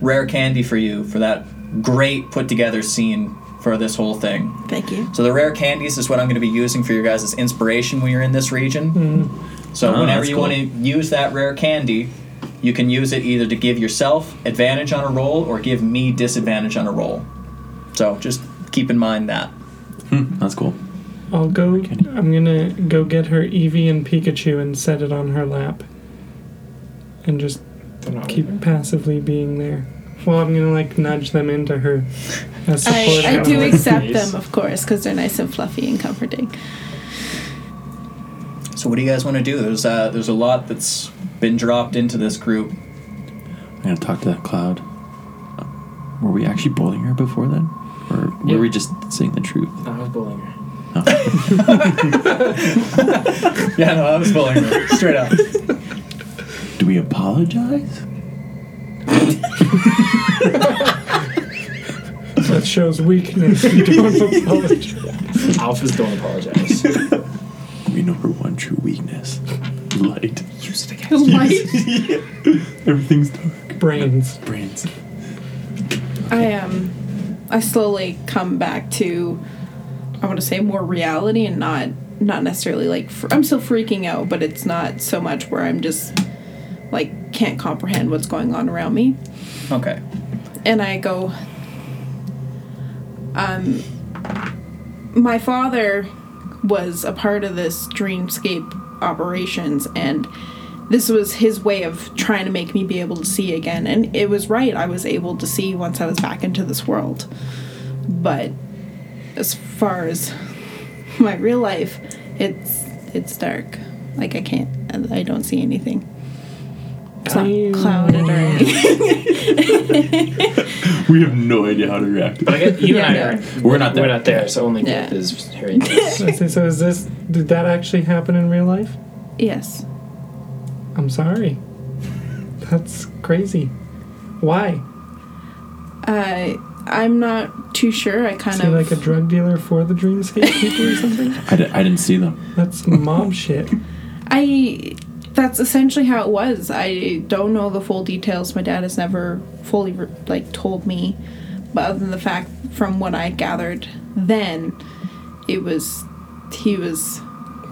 Speaker 1: rare candy for you for that great put together scene for this whole thing.
Speaker 3: Thank you.
Speaker 1: So the rare candies is what I'm going to be using for your guys' as inspiration when you're in this region. So
Speaker 2: Ah,
Speaker 1: whenever
Speaker 2: that's
Speaker 1: you
Speaker 2: cool.
Speaker 1: want to use that rare candy, you can use it either to give yourself advantage on a roll or give me disadvantage on a roll. So just keep in mind that.
Speaker 2: Hmm, that's cool.
Speaker 5: I'll go. I'm gonna go get her Eevee and Pikachu and set it on her lap. And just
Speaker 6: They're not
Speaker 5: keep passively being there. Well, I'm gonna like nudge them into her. As support
Speaker 3: I, I do
Speaker 5: animal.
Speaker 3: accept
Speaker 6: Please.
Speaker 3: them, of course, because they're nice and fluffy and comforting.
Speaker 1: So what do you guys want to do? There's uh, there's a lot that's been dropped into this group.
Speaker 2: I'm gonna talk to that cloud. Uh, Were we actually bullying her before then, or were
Speaker 6: Yeah.
Speaker 2: we just saying the truth?
Speaker 6: I was bullying her.
Speaker 1: Yeah, no, I was pulling straight up.
Speaker 2: Do we apologize?
Speaker 5: That shows weakness. You don't apologize.
Speaker 6: Alphas don't apologize.
Speaker 2: We know her one true weakness. Light.
Speaker 6: Use it again.
Speaker 3: Light.
Speaker 2: Everything's dark.
Speaker 5: brains.
Speaker 2: Brains.
Speaker 3: I um, I slowly come back to, I want to say more reality and not not necessarily like fr- I'm still freaking out, but it's not so much where I'm just like can't comprehend what's going on around me.
Speaker 1: Okay.
Speaker 3: and I go, um, my father was a part of this dreamscape operations, and this was his way of trying to make me be able to see again. And it was right; I was able to see once I was back into this world. But as far as my real life, it's it's dark. Like I can't, I don't see anything. It's not
Speaker 5: Ew.
Speaker 3: clouded or anything.
Speaker 2: We have no idea how to react.
Speaker 4: But I guess you
Speaker 3: Yeah,
Speaker 4: and I are.
Speaker 2: We're not there.
Speaker 4: We're not there, so only
Speaker 3: Yeah.
Speaker 4: Gip is hearing this.
Speaker 5: I say, so is this? Did that actually happen in real life?
Speaker 3: yes.
Speaker 5: I'm sorry. That's crazy. Why?
Speaker 3: Uh, I'm not too sure. I kind
Speaker 5: Is he
Speaker 3: of
Speaker 5: like a drug dealer for the Dreamscape people or something?
Speaker 2: I, di- I didn't see them.
Speaker 5: That's mob shit.
Speaker 3: I. That's essentially how it was. I don't know the full details. My dad has never fully like told me, but other than the fact, from what I gathered then, it was he was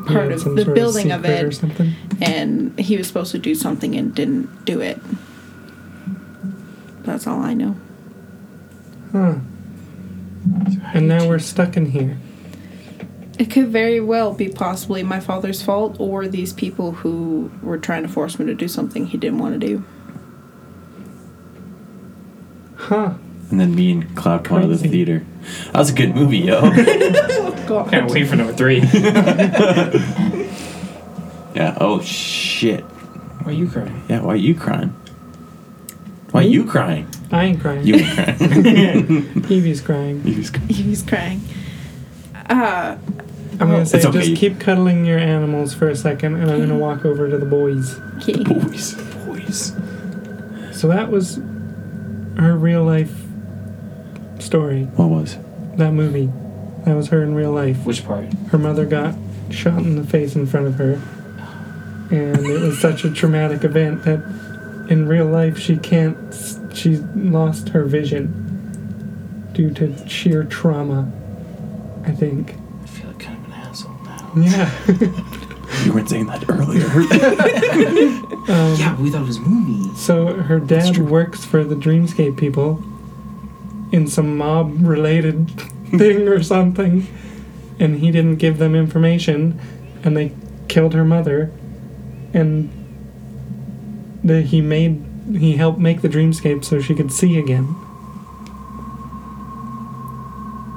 Speaker 5: He
Speaker 3: part
Speaker 5: had
Speaker 3: of
Speaker 5: some
Speaker 3: the
Speaker 5: sort
Speaker 3: building of
Speaker 5: secret or
Speaker 3: it,
Speaker 5: something.
Speaker 3: and he was supposed to do something and didn't do it. That's all I know.
Speaker 5: Huh. And now we're stuck in here.
Speaker 3: It could very well be possibly my father's fault or these people who were trying to force me to do something he didn't want to do.
Speaker 5: Huh.
Speaker 2: And then me and Cloud come out of the
Speaker 5: Crazy.
Speaker 2: theater. That was a good movie, yo.
Speaker 4: Can't wait for number three.
Speaker 2: yeah. Oh shit.
Speaker 4: Why are you crying?
Speaker 2: Yeah. Why are you crying? Why are you crying?
Speaker 5: I ain't crying.
Speaker 2: You ain't crying.
Speaker 5: Evie's crying.
Speaker 2: You was crying.
Speaker 3: He's crying. Uh,
Speaker 5: I'm gonna say
Speaker 2: Oh, It's okay.
Speaker 5: just keep cuddling your animals for a second, and I'm gonna walk over to the boys.
Speaker 3: okay.
Speaker 2: Boys.
Speaker 4: Boys.
Speaker 5: So that was her real life story.
Speaker 2: What was?
Speaker 5: That movie. That was her in real life.
Speaker 4: Which part?
Speaker 5: Her mother got shot in the face in front of her, and it was such a traumatic event that in real life she can't. s- She lost her vision due to sheer trauma. I think.
Speaker 4: I feel like kind of an asshole now.
Speaker 5: Yeah.
Speaker 2: You weren't saying that earlier.
Speaker 6: Yeah, but we thought it was movies.
Speaker 5: So her dad works for the Dreamscape people in some mob related thing or something, and he didn't give them information, and they killed her mother, and the, he made he helped make the dreamscape so she could see again.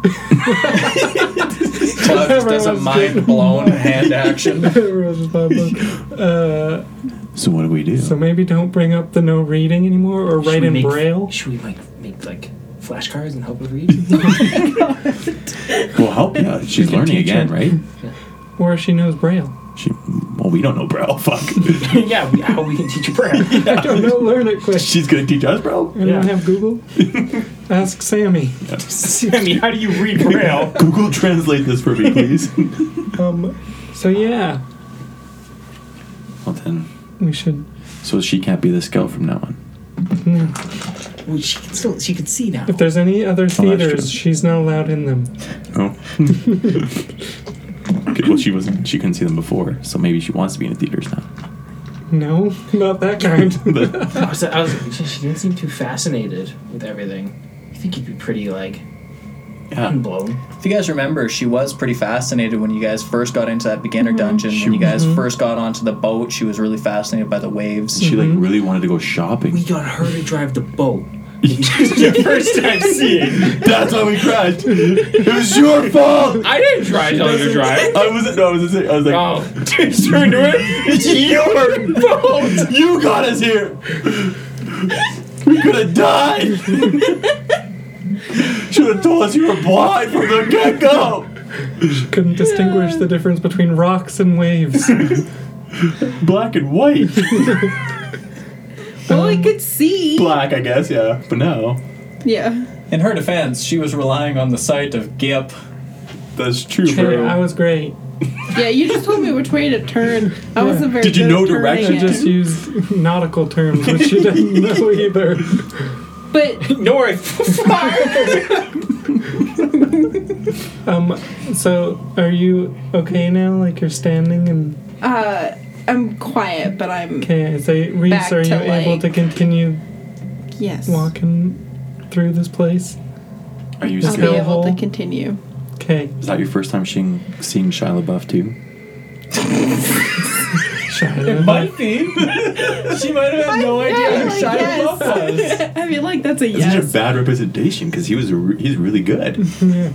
Speaker 1: Cloud just does a
Speaker 5: Everyone's
Speaker 1: mind
Speaker 5: getting
Speaker 1: blown hand action.
Speaker 5: uh,
Speaker 2: so what do we do?
Speaker 5: so maybe don't bring up the no reading anymore or
Speaker 4: Should
Speaker 5: write
Speaker 4: we
Speaker 5: in
Speaker 4: make-
Speaker 5: braille.
Speaker 4: Should we like make like flashcards and help her read?
Speaker 2: Well, help. Yeah, she's
Speaker 5: can
Speaker 2: learning
Speaker 5: teach
Speaker 2: again,
Speaker 5: her.
Speaker 2: right?
Speaker 5: Or if she knows braille.
Speaker 2: She. Well, we don't know, bro. Fuck.
Speaker 4: yeah, we, how we can teach you prayer.
Speaker 5: I don't know, learn it quick.
Speaker 2: she's gonna teach us, bro.
Speaker 5: Anyone
Speaker 4: Yeah.
Speaker 5: have Google? Ask Sammy.
Speaker 4: Sammy, how do you read braille?
Speaker 2: Google translate this for me, please.
Speaker 5: Um, so yeah,
Speaker 2: well then,
Speaker 5: we should.
Speaker 2: so she can't be the scout from now on.
Speaker 6: Well, she can still she can see now.
Speaker 5: If there's any
Speaker 1: Oh,
Speaker 5: other theaters,
Speaker 2: true.
Speaker 5: she's not allowed in them.
Speaker 2: Oh. Okay, well, she wasn't. She couldn't see them before, so maybe she wants to be in the theaters now.
Speaker 5: No, not that kind.
Speaker 4: I was, I was, she, she didn't seem too fascinated with everything. I think you'd be pretty like
Speaker 2: Yeah.
Speaker 4: mind blown.
Speaker 1: If you guys remember, she was pretty fascinated when you guys first got into that beginner dungeon. when you guys first got onto the boat, she was really fascinated by the waves.
Speaker 2: She like really wanted to go shopping.
Speaker 6: We got her to drive the boat.
Speaker 4: First time seeing.
Speaker 2: That's why we crashed. It was your fault.
Speaker 4: I didn't try to tell her to drive.
Speaker 2: I wasn't. No, I was. Just, I was like,
Speaker 4: Oh, just turned to it.
Speaker 2: it's your fault. You got us here. We could have died. Should have told us you were blind from the get go.
Speaker 5: she couldn't distinguish the difference between rocks and waves.
Speaker 2: Black and white.
Speaker 3: Well,
Speaker 5: Um,
Speaker 3: I could see.
Speaker 2: Black, I guess. Yeah, but no.
Speaker 3: Yeah.
Speaker 1: In her defense, she was relying on the sight of Gip.
Speaker 2: That's true,
Speaker 5: Hey,
Speaker 2: bro.
Speaker 5: I was great.
Speaker 3: Yeah, you just told me which way to turn. I wasn't very.
Speaker 2: Did you
Speaker 3: good
Speaker 2: know
Speaker 3: at turning
Speaker 2: direction?
Speaker 5: I
Speaker 3: it.
Speaker 5: just used nautical terms, which she didn't know either.
Speaker 3: but
Speaker 4: North.
Speaker 5: Um, so are you okay now? Like you're standing and
Speaker 3: uh, I'm quiet, but I'm
Speaker 5: okay? So, were you,
Speaker 3: Back
Speaker 5: so are
Speaker 3: to,
Speaker 5: you able
Speaker 3: like-
Speaker 5: to continue
Speaker 3: yes.
Speaker 5: walking through this place?
Speaker 2: Are you
Speaker 3: I'll be
Speaker 5: Skill
Speaker 2: scared?
Speaker 3: able to
Speaker 5: hole.
Speaker 3: continue.
Speaker 5: Okay,
Speaker 2: Is that your first time seeing, seeing Shia LaBeouf too?
Speaker 4: Might be. She might have had no idea who
Speaker 3: Yeah,
Speaker 4: Shia
Speaker 3: yes.
Speaker 4: LaBeouf was.
Speaker 3: I feel like that's a
Speaker 2: That's such a
Speaker 3: yes.
Speaker 2: bad representation because he was re- he's really good.
Speaker 5: Shia
Speaker 1: Yeah.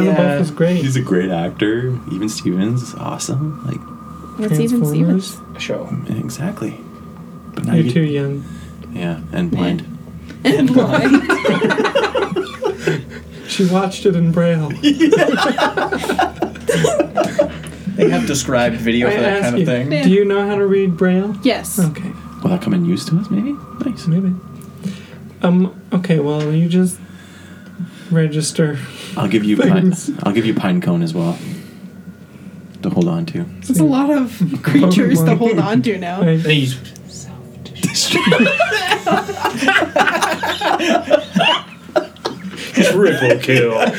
Speaker 5: LaBeouf is great.
Speaker 2: he's a great actor. Even Stevens is awesome. Like
Speaker 3: What's even
Speaker 5: Transformers?
Speaker 3: Stevens?
Speaker 4: Show.
Speaker 2: exactly. But now
Speaker 5: You're
Speaker 2: you-
Speaker 5: too young.
Speaker 2: Yeah, and blind.
Speaker 3: And blind.
Speaker 5: She watched it in braille.
Speaker 1: They have described video
Speaker 5: I
Speaker 1: for that
Speaker 5: ask
Speaker 1: kind
Speaker 5: you,
Speaker 1: of thing.
Speaker 5: do you know how to read braille?
Speaker 3: yes.
Speaker 5: Okay,
Speaker 2: Will that come in use to us? Maybe. Nice.
Speaker 5: maybe. Um. Okay. Well, you just register.
Speaker 2: I'll give you pine,
Speaker 5: Things.
Speaker 2: I'll give you pine cone as well to hold on to.
Speaker 3: It's a lot of creatures to hold on to now.
Speaker 5: I-
Speaker 4: Then you just-
Speaker 6: Triple kill.
Speaker 2: And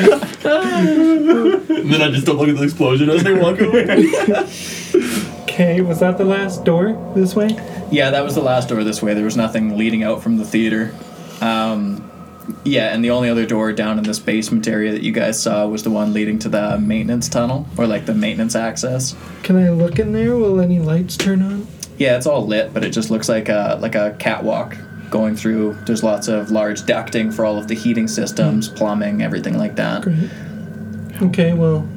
Speaker 2: then I just don't look at the explosion as they walk away.
Speaker 5: Okay, was that the last door this way?
Speaker 1: Yeah, that was the last door this way. There was nothing leading out from the theater. Um, yeah, and the only other door down in this basement area that you guys saw was the one leading to the maintenance tunnel or like the maintenance access.
Speaker 5: Can I look in there? Will any lights turn on?
Speaker 1: Yeah, it's all lit, but it just looks like a like a catwalk going through. There's lots of large ducting for all of the heating systems, plumbing, everything like that.
Speaker 5: Great. Okay, well,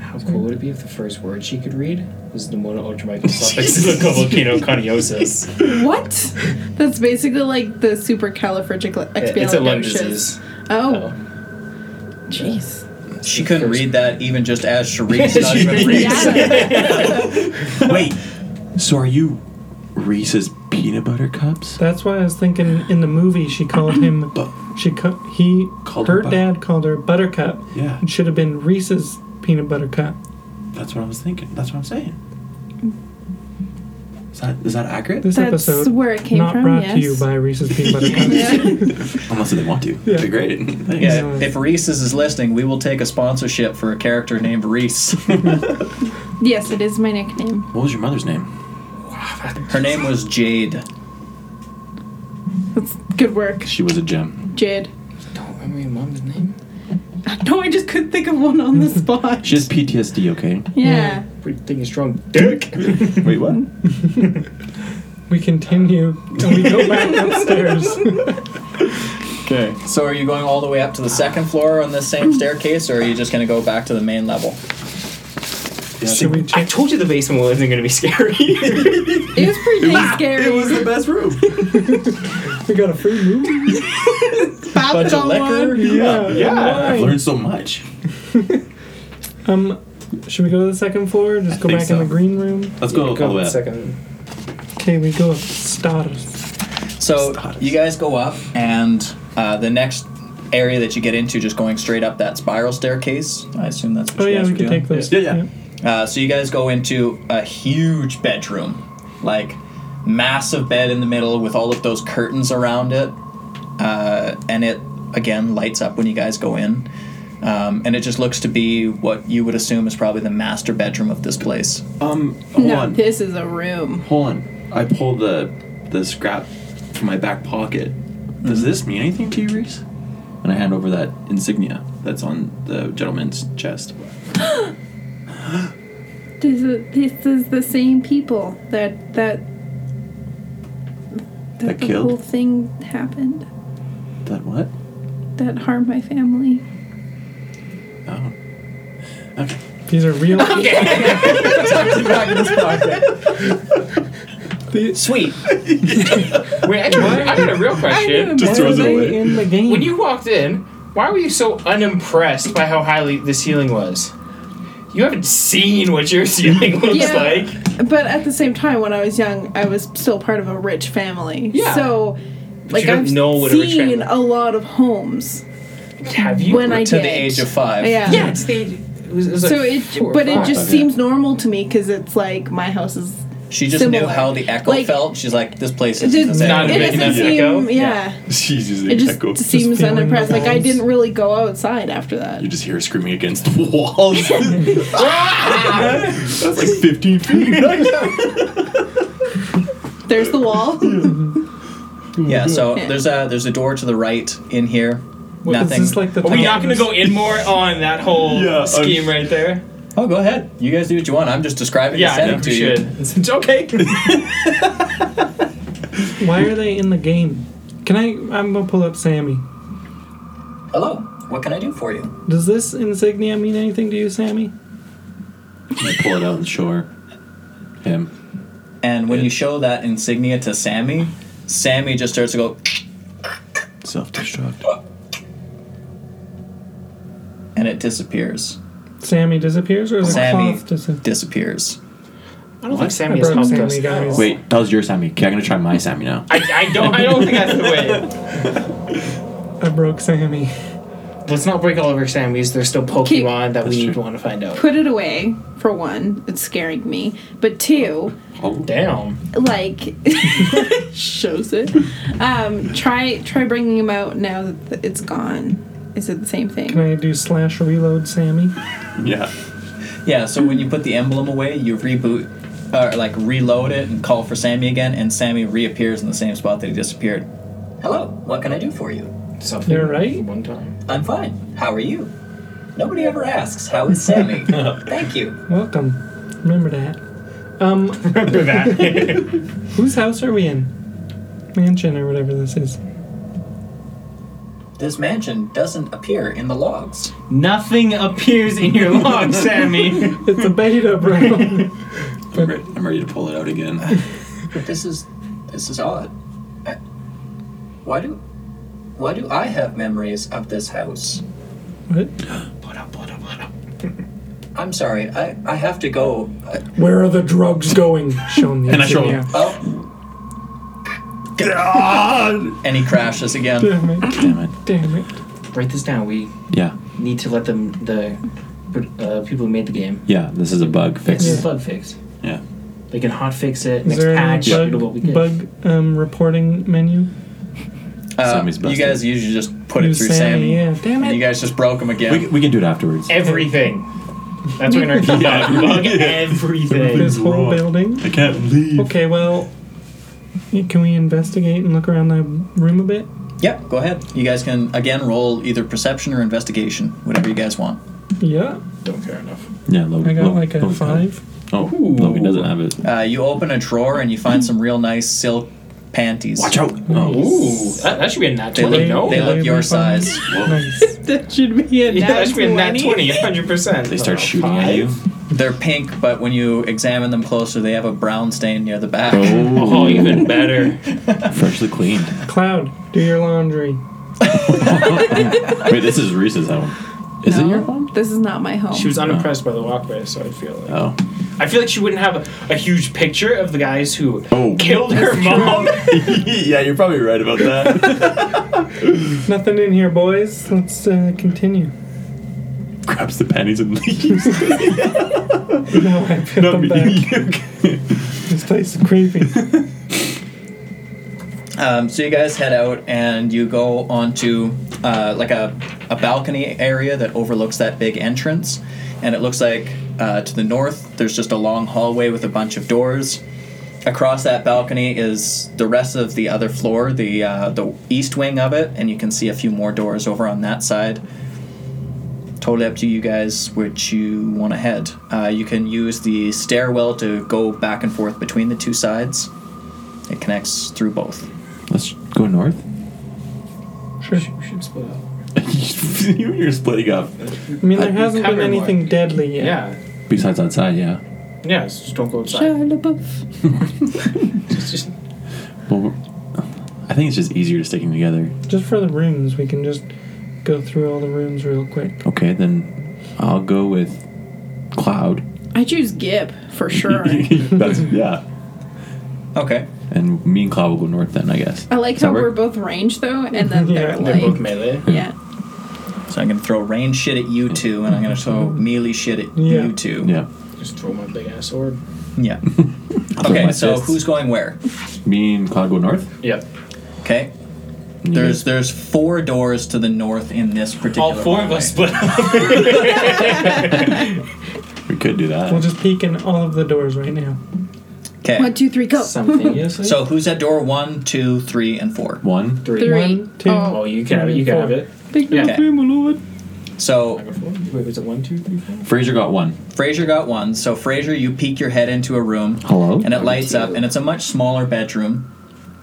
Speaker 4: How cool would it be if the first word she could read was the mono ultramicroscopic
Speaker 3: What? That's basically like the supercalifragilistic.
Speaker 4: It's a lung disease.
Speaker 3: Oh. Jeez.
Speaker 1: She couldn't read that even just as Sharice not even reading.
Speaker 3: Yeah.
Speaker 2: Wait. So are you Reese's peanut butter cups?
Speaker 5: that's why I was thinking in the movie she called him.
Speaker 2: But
Speaker 5: She ca- he
Speaker 2: Called her
Speaker 5: her
Speaker 2: butter-
Speaker 5: dad called her Buttercup.
Speaker 2: yeah,
Speaker 5: It should have been Reese's peanut butter cup.
Speaker 2: that's what I was thinking. That's what I'm saying. Is that is that accurate?
Speaker 5: This
Speaker 3: That's
Speaker 5: episode
Speaker 3: where it came
Speaker 5: not
Speaker 3: from.
Speaker 5: brought
Speaker 3: yes.
Speaker 5: to you by Reese's peanut butter cup.
Speaker 3: Yeah.
Speaker 2: Unless they want to.
Speaker 5: Yeah.
Speaker 2: That'd be great. Thanks.
Speaker 1: Yeah, if Reese's is listening, we will take a sponsorship for a character named Reese.
Speaker 3: yes, it is my nickname.
Speaker 2: What was your mother's name?
Speaker 1: Her name was Jade.
Speaker 3: That's good work,
Speaker 2: She was a gem.
Speaker 3: Jade.
Speaker 4: Don't remember your mom's name.
Speaker 3: No, I just couldn't think of one on the spot.
Speaker 2: She has PTSD. Okay.
Speaker 3: Yeah.
Speaker 4: Pretty thing is strong. Dick.
Speaker 2: Wait, what?
Speaker 5: We continue and we go back upstairs.
Speaker 2: Okay.
Speaker 1: So are you going all the way up to the second floor on this same staircase, or are you just going to go back to the main level?
Speaker 5: Should we
Speaker 4: I
Speaker 5: check?
Speaker 4: told you the basement wasn't going to be scary.
Speaker 3: It was pretty dang scary.
Speaker 2: It was the best room.
Speaker 5: We got a free movie.
Speaker 3: Bop
Speaker 1: Bunch
Speaker 3: it
Speaker 1: of
Speaker 3: all
Speaker 1: liquor.
Speaker 3: on.
Speaker 5: Yeah,
Speaker 2: I've
Speaker 5: yeah.
Speaker 2: learned so much.
Speaker 5: Um, should we go to the second floor? Or just go
Speaker 2: think
Speaker 5: back in
Speaker 2: so.
Speaker 5: the green room.
Speaker 2: Let's go all the way up.
Speaker 4: Second.
Speaker 5: Okay, we go upstairs.
Speaker 1: So
Speaker 2: Stars.
Speaker 1: you guys go up, and uh, the next area that you get into, just going straight up that spiral staircase. I assume that's. What
Speaker 5: Oh
Speaker 1: you
Speaker 5: yeah,
Speaker 1: guys
Speaker 5: we
Speaker 1: were
Speaker 5: can
Speaker 1: doing.
Speaker 5: take those.
Speaker 2: Yeah, yeah.
Speaker 1: Uh, so you guys go into a huge bedroom, like massive bed in the middle with all of those curtains around it, uh, and it again lights up when you guys go in, um, and it just looks to be what you would assume is probably the master bedroom of this place.
Speaker 2: Um, hold
Speaker 3: No,
Speaker 2: on,
Speaker 3: this is a room.
Speaker 2: hold on. I pulled the the scrap from my back pocket. Does this mean anything to you, Reese? And I hand over that insignia that's on the gentleman's chest.
Speaker 3: This is, this is the same people that that
Speaker 2: That
Speaker 3: the
Speaker 2: killed?
Speaker 3: whole thing happened
Speaker 2: That what?
Speaker 3: that harmed my family.
Speaker 2: Oh. Okay.
Speaker 5: These are real.
Speaker 4: Sweet. Wait, actually, I got a real question.
Speaker 2: Just throws it away.
Speaker 5: in the game.
Speaker 4: When you walked in, why were you so unimpressed by how highly the ceiling was? You haven't seen what your ceiling looks
Speaker 3: Yeah.
Speaker 4: like.
Speaker 3: But at the same time, when I was young, I was still part of a rich family.
Speaker 4: Yeah.
Speaker 3: So, like,
Speaker 4: you don't
Speaker 3: I've
Speaker 4: know what a rich
Speaker 3: seen
Speaker 4: family-
Speaker 3: a lot of homes
Speaker 4: Have you?
Speaker 3: when I
Speaker 1: to
Speaker 3: did.
Speaker 1: the age of five.
Speaker 3: Yeah.
Speaker 4: yeah, it's the It was, it was like
Speaker 3: so it,
Speaker 4: four or
Speaker 3: but it
Speaker 4: five.
Speaker 3: just seems normal to me because it's like my house is.
Speaker 1: She just knew
Speaker 3: Similar.
Speaker 1: how the echo
Speaker 3: Like-
Speaker 1: felt. She's like, this place
Speaker 3: It,
Speaker 1: is
Speaker 3: just,
Speaker 1: insane.
Speaker 4: not
Speaker 3: it
Speaker 4: big
Speaker 3: doesn't
Speaker 4: enough
Speaker 3: seem.
Speaker 4: echo?
Speaker 3: Yeah.
Speaker 2: She's using
Speaker 3: It just
Speaker 2: echo.
Speaker 3: seems
Speaker 5: feeling the
Speaker 3: unimpressed. Like I
Speaker 5: walls.
Speaker 3: didn't really go outside after that.
Speaker 2: You just hear her screaming against the walls. That's like 15 feet.
Speaker 3: There's the wall.
Speaker 1: Yeah, so
Speaker 3: Yeah.
Speaker 1: there's a there's a door to the right in here.
Speaker 5: Is
Speaker 1: Nothing.
Speaker 5: this like the
Speaker 4: Are we not
Speaker 5: top
Speaker 4: going
Speaker 5: of
Speaker 4: to go in more on that whole
Speaker 2: Yeah, I'm-
Speaker 4: scheme right there?
Speaker 1: oh, go ahead. You guys do what you want. I'm just describing
Speaker 4: Yeah,
Speaker 1: the
Speaker 4: I
Speaker 1: setting
Speaker 4: think
Speaker 1: to
Speaker 4: we
Speaker 1: you.
Speaker 4: should. It's okay.
Speaker 5: this- Why are they in the game? Can I? I'm gonna pull up Sammy.
Speaker 1: Hello. What can I do for you?
Speaker 5: Does this insignia mean anything to you, Sammy?
Speaker 2: I pull it out and show her. Him.
Speaker 1: And when you show that insignia to Sammy, Sammy just starts to go
Speaker 7: Self destruct.
Speaker 1: and it disappears.
Speaker 5: Sammy disappears, or is
Speaker 1: Sammy
Speaker 5: it cloth disappears?
Speaker 1: disappears.
Speaker 4: I don't think
Speaker 5: I
Speaker 4: Sammy has
Speaker 5: broke
Speaker 4: helped
Speaker 5: Sammy,
Speaker 4: us.
Speaker 5: guys.
Speaker 2: Wait, that was your Sammy. Okay, I'm gonna try my Sammy now.
Speaker 4: I, I don't. I don't think that's the way.
Speaker 5: I broke Sammy.
Speaker 4: Let's not break all of our Sammys. There's still Pokemon
Speaker 3: Keep-
Speaker 4: that we
Speaker 2: That's
Speaker 4: need to
Speaker 2: true.
Speaker 4: want to find out.
Speaker 3: Put it away. For one, it's scaring me. But two,
Speaker 2: Oh,
Speaker 4: Damn.
Speaker 3: like shows it. Um, try try bringing him out now that th- it's gone. Is it the same thing?
Speaker 5: Can I do slash reload, Sammy?
Speaker 2: yeah.
Speaker 1: Yeah, so when you put the emblem away, you reboot or like reload it and call for Sammy again and Sammy reappears in the same spot that he disappeared. Hello. What can I do for you?
Speaker 4: Something
Speaker 5: You're right.
Speaker 4: One time.
Speaker 1: I'm fine. How are you? Nobody ever asks, how is Sammy? Thank you.
Speaker 5: Welcome. Remember that. Um,
Speaker 4: Remember that.
Speaker 5: whose house are we in? Mansion or whatever this is.
Speaker 1: This mansion doesn't appear in the logs.
Speaker 6: Nothing appears in your log, Sammy.
Speaker 5: It's a beta, bro.
Speaker 2: I'm re- I'm ready to pull it out again.
Speaker 1: But this is this is odd. I- Why do why do I have memories of this house?
Speaker 5: what?
Speaker 1: I'm sorry. I I have to go. Uh,
Speaker 5: Where are the drugs going? Show me.
Speaker 2: And I show
Speaker 5: insignia.
Speaker 1: oh,
Speaker 2: God!
Speaker 1: and he crashes again.
Speaker 5: Damn it!
Speaker 7: Damn it.
Speaker 5: Damn it!
Speaker 6: Write this down. We
Speaker 7: Yeah,
Speaker 6: need to let them the uh, people who made the game.
Speaker 7: yeah, this is a bug
Speaker 6: This
Speaker 7: fix.
Speaker 6: is bug fix.
Speaker 2: Yeah.
Speaker 6: They can hot fix it.
Speaker 5: Is
Speaker 6: next
Speaker 5: there
Speaker 6: patch.
Speaker 5: any
Speaker 6: do what we can.
Speaker 5: bug, bug um, reporting menu?
Speaker 1: Uh,
Speaker 7: Sammy's
Speaker 1: you
Speaker 7: busted.
Speaker 1: guys usually just put it
Speaker 5: Use
Speaker 1: through Sammy.
Speaker 5: Yeah. Damn
Speaker 1: And you
Speaker 5: it!
Speaker 1: guys just broke him
Speaker 2: We,
Speaker 1: again.
Speaker 2: can- we can do it afterwards.
Speaker 4: everything. That's what we're gonna keep out. Bug everything.
Speaker 5: This whole
Speaker 2: wrong.
Speaker 5: building.
Speaker 2: I can't leave.
Speaker 5: Okay, well, y- can we investigate and look around the room a bit?
Speaker 1: Yep. Go ahead. You guys can again roll either perception or investigation, whatever you guys want.
Speaker 5: Yeah,
Speaker 4: Don't care enough.
Speaker 7: Yeah, Logan.
Speaker 5: I got
Speaker 7: Logan-
Speaker 5: like a
Speaker 7: Logan's got it.
Speaker 5: five.
Speaker 7: Oh, Logan doesn't have it.
Speaker 1: Uh, you open a drawer and you find some real nice silk panties.
Speaker 2: Watch out! Oh.
Speaker 4: Ooh, that, that should be a nat
Speaker 1: They
Speaker 4: twenty.
Speaker 1: look,
Speaker 4: No,
Speaker 1: they
Speaker 5: Yeah.
Speaker 1: look your
Speaker 5: Fine.
Speaker 1: size.
Speaker 5: Nice.
Speaker 3: That should be a
Speaker 4: yeah,
Speaker 3: nat
Speaker 4: that should be a nat
Speaker 3: 20.
Speaker 4: twenty, hundred percent.
Speaker 2: They start shooting at you.
Speaker 1: They're pink, but when you examine them closer, they have a brown stain near the back.
Speaker 4: Oh, even better.
Speaker 2: Freshly cleaned.
Speaker 5: Cloud, do your laundry.
Speaker 2: Wait, this is Reese's home. Is it
Speaker 3: No,
Speaker 2: your home?
Speaker 3: This is not my home.
Speaker 4: She was unimpressed by the walkway, so I feel like
Speaker 2: Oh.
Speaker 4: I feel like she wouldn't have a, a huge picture of the guys who
Speaker 2: Oh.
Speaker 4: killed her mom.
Speaker 2: yeah, you're probably right about that.
Speaker 5: Nothing in here, boys. Let's uh, continue.
Speaker 2: Grabs the panties and leaves.
Speaker 5: No, I put them back. This place is creepy.
Speaker 1: Um, so you guys head out and you go onto uh, like a, a balcony area that overlooks that big entrance, and it looks like uh, to the north there's just a long hallway with a bunch of doors. Across that balcony is the rest of the other floor, the uh, the east wing of it, and you can see a few more doors over on that side. Totally up to you guys which you want to head. Uh, you can use the stairwell to go back and forth between the two sides. It connects through both.
Speaker 7: Let's go north.
Speaker 5: Sure.
Speaker 4: We should split up.
Speaker 2: you and you're splitting up.
Speaker 5: I mean, there
Speaker 4: I'd be
Speaker 5: hasn't been
Speaker 4: covered more.
Speaker 5: anything deadly yet.
Speaker 4: Yeah,
Speaker 7: Besides outside, yeah.
Speaker 4: yeah. it's Just don't go
Speaker 3: Shia
Speaker 4: outside.
Speaker 3: LaBeouf.
Speaker 4: It's just
Speaker 7: Well, we're- I think it's just easier sticking together.
Speaker 5: Just for the rooms, we can just go through all the rooms real quick.
Speaker 7: Okay, then I'll go with Cloud.
Speaker 3: I choose Gib for sure.
Speaker 7: That's yeah.
Speaker 1: Okay.
Speaker 7: And me and Cloud will go north then, I guess.
Speaker 3: I like
Speaker 7: Does that
Speaker 3: how we're
Speaker 7: work?
Speaker 3: both range though, and then
Speaker 5: Yeah,
Speaker 3: they're
Speaker 5: they're
Speaker 4: they're both
Speaker 3: like,
Speaker 4: melee.
Speaker 3: yeah.
Speaker 1: So I'm gonna throw rain shit at you two, and I'm gonna throw melee shit at
Speaker 5: Yeah.
Speaker 1: you two.
Speaker 7: Yeah.
Speaker 4: Just throw my big ass sword.
Speaker 1: Yeah.
Speaker 7: my
Speaker 1: okay, so
Speaker 7: fists.
Speaker 1: who's going where?
Speaker 7: Me and Cloud go north.
Speaker 4: Yep.
Speaker 1: Okay. There's there's four doors to the north in this particular.
Speaker 4: All four of
Speaker 1: hallway.
Speaker 4: us split up.
Speaker 7: We could do that.
Speaker 5: We'll just peek in all of the doors right now.
Speaker 1: Okay.
Speaker 3: One, two, three, go.
Speaker 6: Simultaneously.
Speaker 1: So who's at door one, two, three, and four?
Speaker 7: One.
Speaker 4: Three.
Speaker 3: Three.
Speaker 5: One, two.
Speaker 3: Oh.
Speaker 4: Oh, you can have it. You can have it.
Speaker 1: Yeah. Okay.
Speaker 5: my lord.
Speaker 1: So
Speaker 4: Four? Wait, was it one, two, three, four?
Speaker 7: Fraser got one.
Speaker 1: Fraser got one. So Fraser, you peek your head into a room.
Speaker 7: Hello?
Speaker 1: And it lights up, and it's a much smaller bedroom,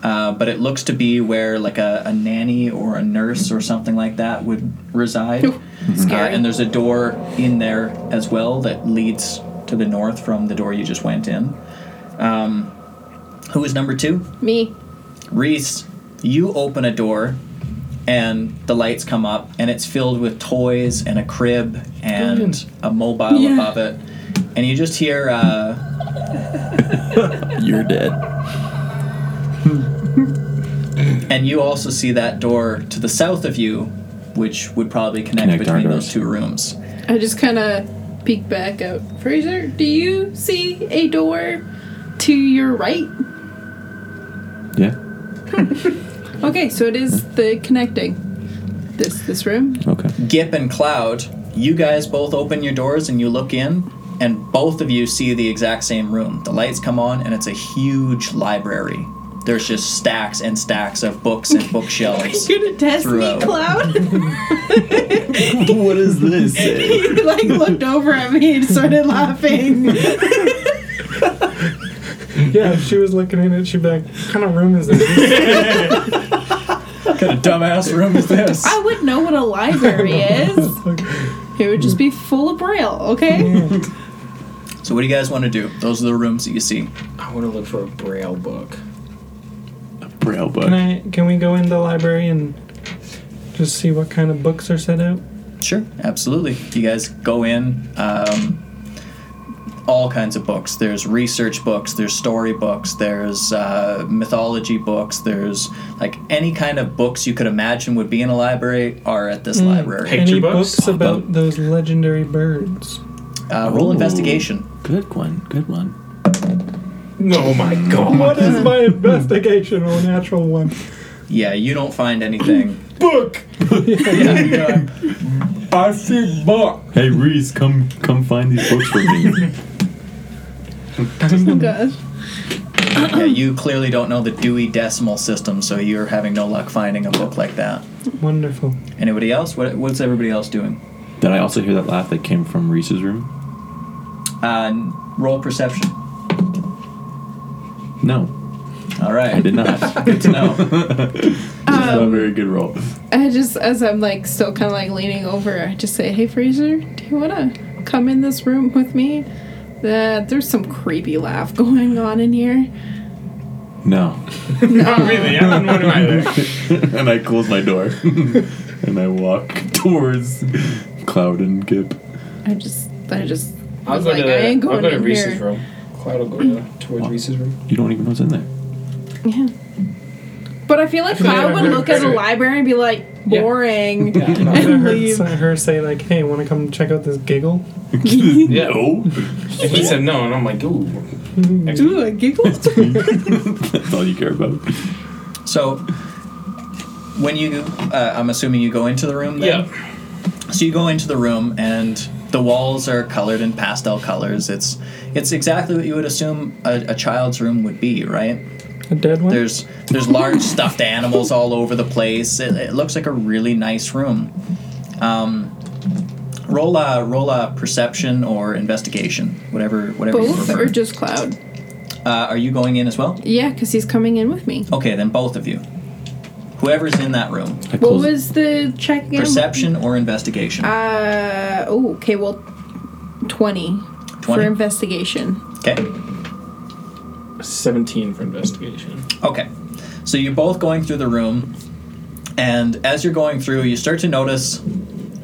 Speaker 1: uh, but it looks to be where like a, a nanny or a nurse or something like that would reside. Uh,
Speaker 3: Scary.
Speaker 1: and there's a door in there as well that leads to the north from the door you just went in. Um, who is number two?
Speaker 3: Me.
Speaker 1: Reese, you open a door and the lights come up and it's filled with toys and a crib and a mobile
Speaker 3: Yeah.
Speaker 1: above it. And you just hear uh,
Speaker 7: You're dead.
Speaker 1: and you also see that door to the south of you, which would probably connect,
Speaker 7: Connect our
Speaker 1: between those
Speaker 7: doors.
Speaker 1: two rooms.
Speaker 3: I just kind of peek back out. Fraser, do you see a door to your right?
Speaker 7: Yeah.
Speaker 3: Okay, so it is the connecting. This this room.
Speaker 7: Okay.
Speaker 1: Gip and Cloud, you guys both open your doors and you look in, and both of you see the exact same room. The lights come on, and it's a huge library. There's just stacks and stacks of books and bookshelves.
Speaker 3: You're gonna test
Speaker 1: Throughout.
Speaker 3: me, Cloud.
Speaker 2: what is this?
Speaker 3: he like looked over at me and started laughing.
Speaker 5: Yeah, she was looking in it. She'd be like, what kind of room is this?
Speaker 1: what kind of dumbass room is this?
Speaker 3: I would know what a library is. It would just be full of braille. Okay.
Speaker 1: So, what do you guys want to do? Those are the rooms that you see.
Speaker 4: I want to look for a braille book.
Speaker 7: Braille book.
Speaker 5: can I? Can we go in the library and just see what kind of books are set out?
Speaker 1: Sure, absolutely. You guys go in. Um, all kinds of books. There's research books. There's story books. There's uh, mythology books. There's like any kind of books you could imagine would be in a library are at this library.
Speaker 4: Picture
Speaker 5: Any
Speaker 4: books?
Speaker 5: books, about those legendary birds?
Speaker 1: Uh, roll
Speaker 7: Ooh.
Speaker 1: investigation.
Speaker 7: Good one. Good one.
Speaker 4: Oh my god.
Speaker 5: What is my investigation or natural one?
Speaker 1: Yeah, you don't find anything.
Speaker 4: book!
Speaker 2: I see book.
Speaker 7: Hey Reese, come come find these books for me.
Speaker 3: Oh gosh.
Speaker 1: yeah, you clearly don't know the Dewey Decimal System, so you're having no luck finding a book like that.
Speaker 5: Wonderful.
Speaker 1: Anybody else? What, what's everybody else doing?
Speaker 7: Did I also hear that laugh that came from Reese's room?
Speaker 1: Uh, roll perception.
Speaker 7: No,
Speaker 1: All right.
Speaker 7: I did not.
Speaker 1: Good to know.
Speaker 7: not a very good roll.
Speaker 3: I just, as I'm like still kind of like leaning over, I just say, "Hey, Fraser, do you wanna come in this room with me? Uh, there's some creepy laugh going on in here."
Speaker 7: No.
Speaker 4: Not really. I wouldn't want to either.
Speaker 7: and I close my door. and I walk towards Cloud and Gip.
Speaker 3: I just, I just
Speaker 4: I'll
Speaker 3: was
Speaker 4: go
Speaker 3: like,
Speaker 4: to,
Speaker 3: "I ain't
Speaker 4: I'll
Speaker 3: going
Speaker 4: go to
Speaker 3: in
Speaker 4: Reese's
Speaker 3: here."
Speaker 4: room. Cloud will go to, towards Reese's room.
Speaker 7: You don't even know what's in there.
Speaker 3: Yeah. But I feel like
Speaker 4: Yeah,
Speaker 3: Cloud would
Speaker 4: yeah,
Speaker 3: look at a
Speaker 4: yeah.
Speaker 3: library and be like,
Speaker 4: Yeah.
Speaker 3: boring.
Speaker 5: I
Speaker 4: Yeah.
Speaker 5: heard
Speaker 3: Leave.
Speaker 5: s- her say like, "Hey, want to come check out this giggle?"
Speaker 7: No.
Speaker 4: And he said no, and I'm like, ooh.
Speaker 3: Ooh, I giggled.
Speaker 7: That's all you care about.
Speaker 1: So, when you, uh, I'm assuming you go into the room then?
Speaker 4: Yeah.
Speaker 1: So you go into the room and the walls are colored in pastel colors. It's it's exactly what you would assume a, a child's room would be, right?
Speaker 5: A dead one.
Speaker 1: There's there's large stuffed animals all over the place. It, it looks like a really nice room. Um, roll a roll a perception or investigation, whatever whatever you
Speaker 3: Both
Speaker 1: prefer.
Speaker 3: or just Cloud?
Speaker 1: uh, are you going in as well?
Speaker 3: Yeah, because he's coming in with me.
Speaker 1: Okay, then both of you. Whoever's in that room,
Speaker 7: I
Speaker 3: What
Speaker 7: close,
Speaker 3: was the check again?
Speaker 1: perception or investigation.
Speaker 3: Uh, oh, okay, well, 20, for
Speaker 1: 20?
Speaker 3: investigation.
Speaker 1: Okay.
Speaker 4: 17 for investigation.
Speaker 1: Okay. So you're both going through the room, and as you're going through, you start to notice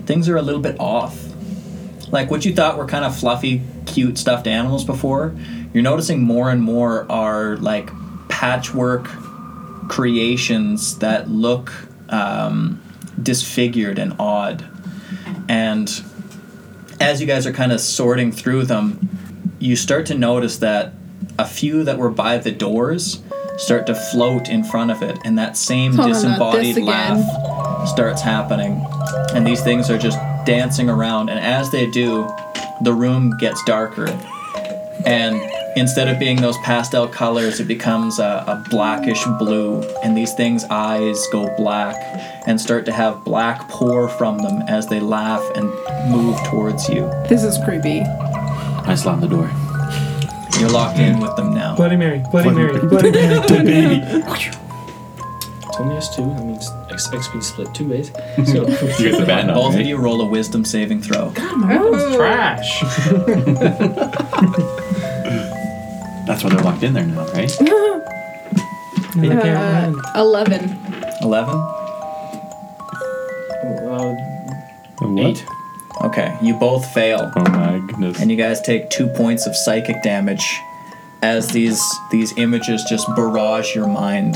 Speaker 1: things are a little bit off. Like what you thought were kind of fluffy, cute stuffed animals before, you're noticing more and more are like patchwork creations that look um, disfigured and odd. And as you guys are kind of sorting through them, you start to notice that a few that were by the doors start to float in front of it, and that same
Speaker 3: Oh, not this
Speaker 1: disembodied
Speaker 3: again.
Speaker 1: laugh starts happening. And these things are just dancing around, and as they do, the room gets darker. And instead of being those pastel colors, it becomes a, a blackish blue, and these things' eyes go black and start to have black pour from them as they laugh and move towards you.
Speaker 3: This is creepy.
Speaker 2: I slammed the door.
Speaker 1: You're locked in with them now.
Speaker 5: Bloody Mary, Bloody Mary, Bloody Mary.
Speaker 6: It's only us two. That means X- XP split two ways. So
Speaker 7: You got the bad
Speaker 1: Both
Speaker 7: on,
Speaker 1: of you roll a wisdom saving throw.
Speaker 3: Oh.
Speaker 4: Trash.
Speaker 2: That's why they're locked in there now, right?
Speaker 5: And I can't
Speaker 3: Uh,
Speaker 5: run.
Speaker 3: 11.
Speaker 1: 11?
Speaker 6: uh,
Speaker 7: What?
Speaker 6: eight.
Speaker 1: Okay, you both fail.
Speaker 7: Oh my goodness.
Speaker 1: And you guys take two points of psychic damage as these these images just barrage your mind.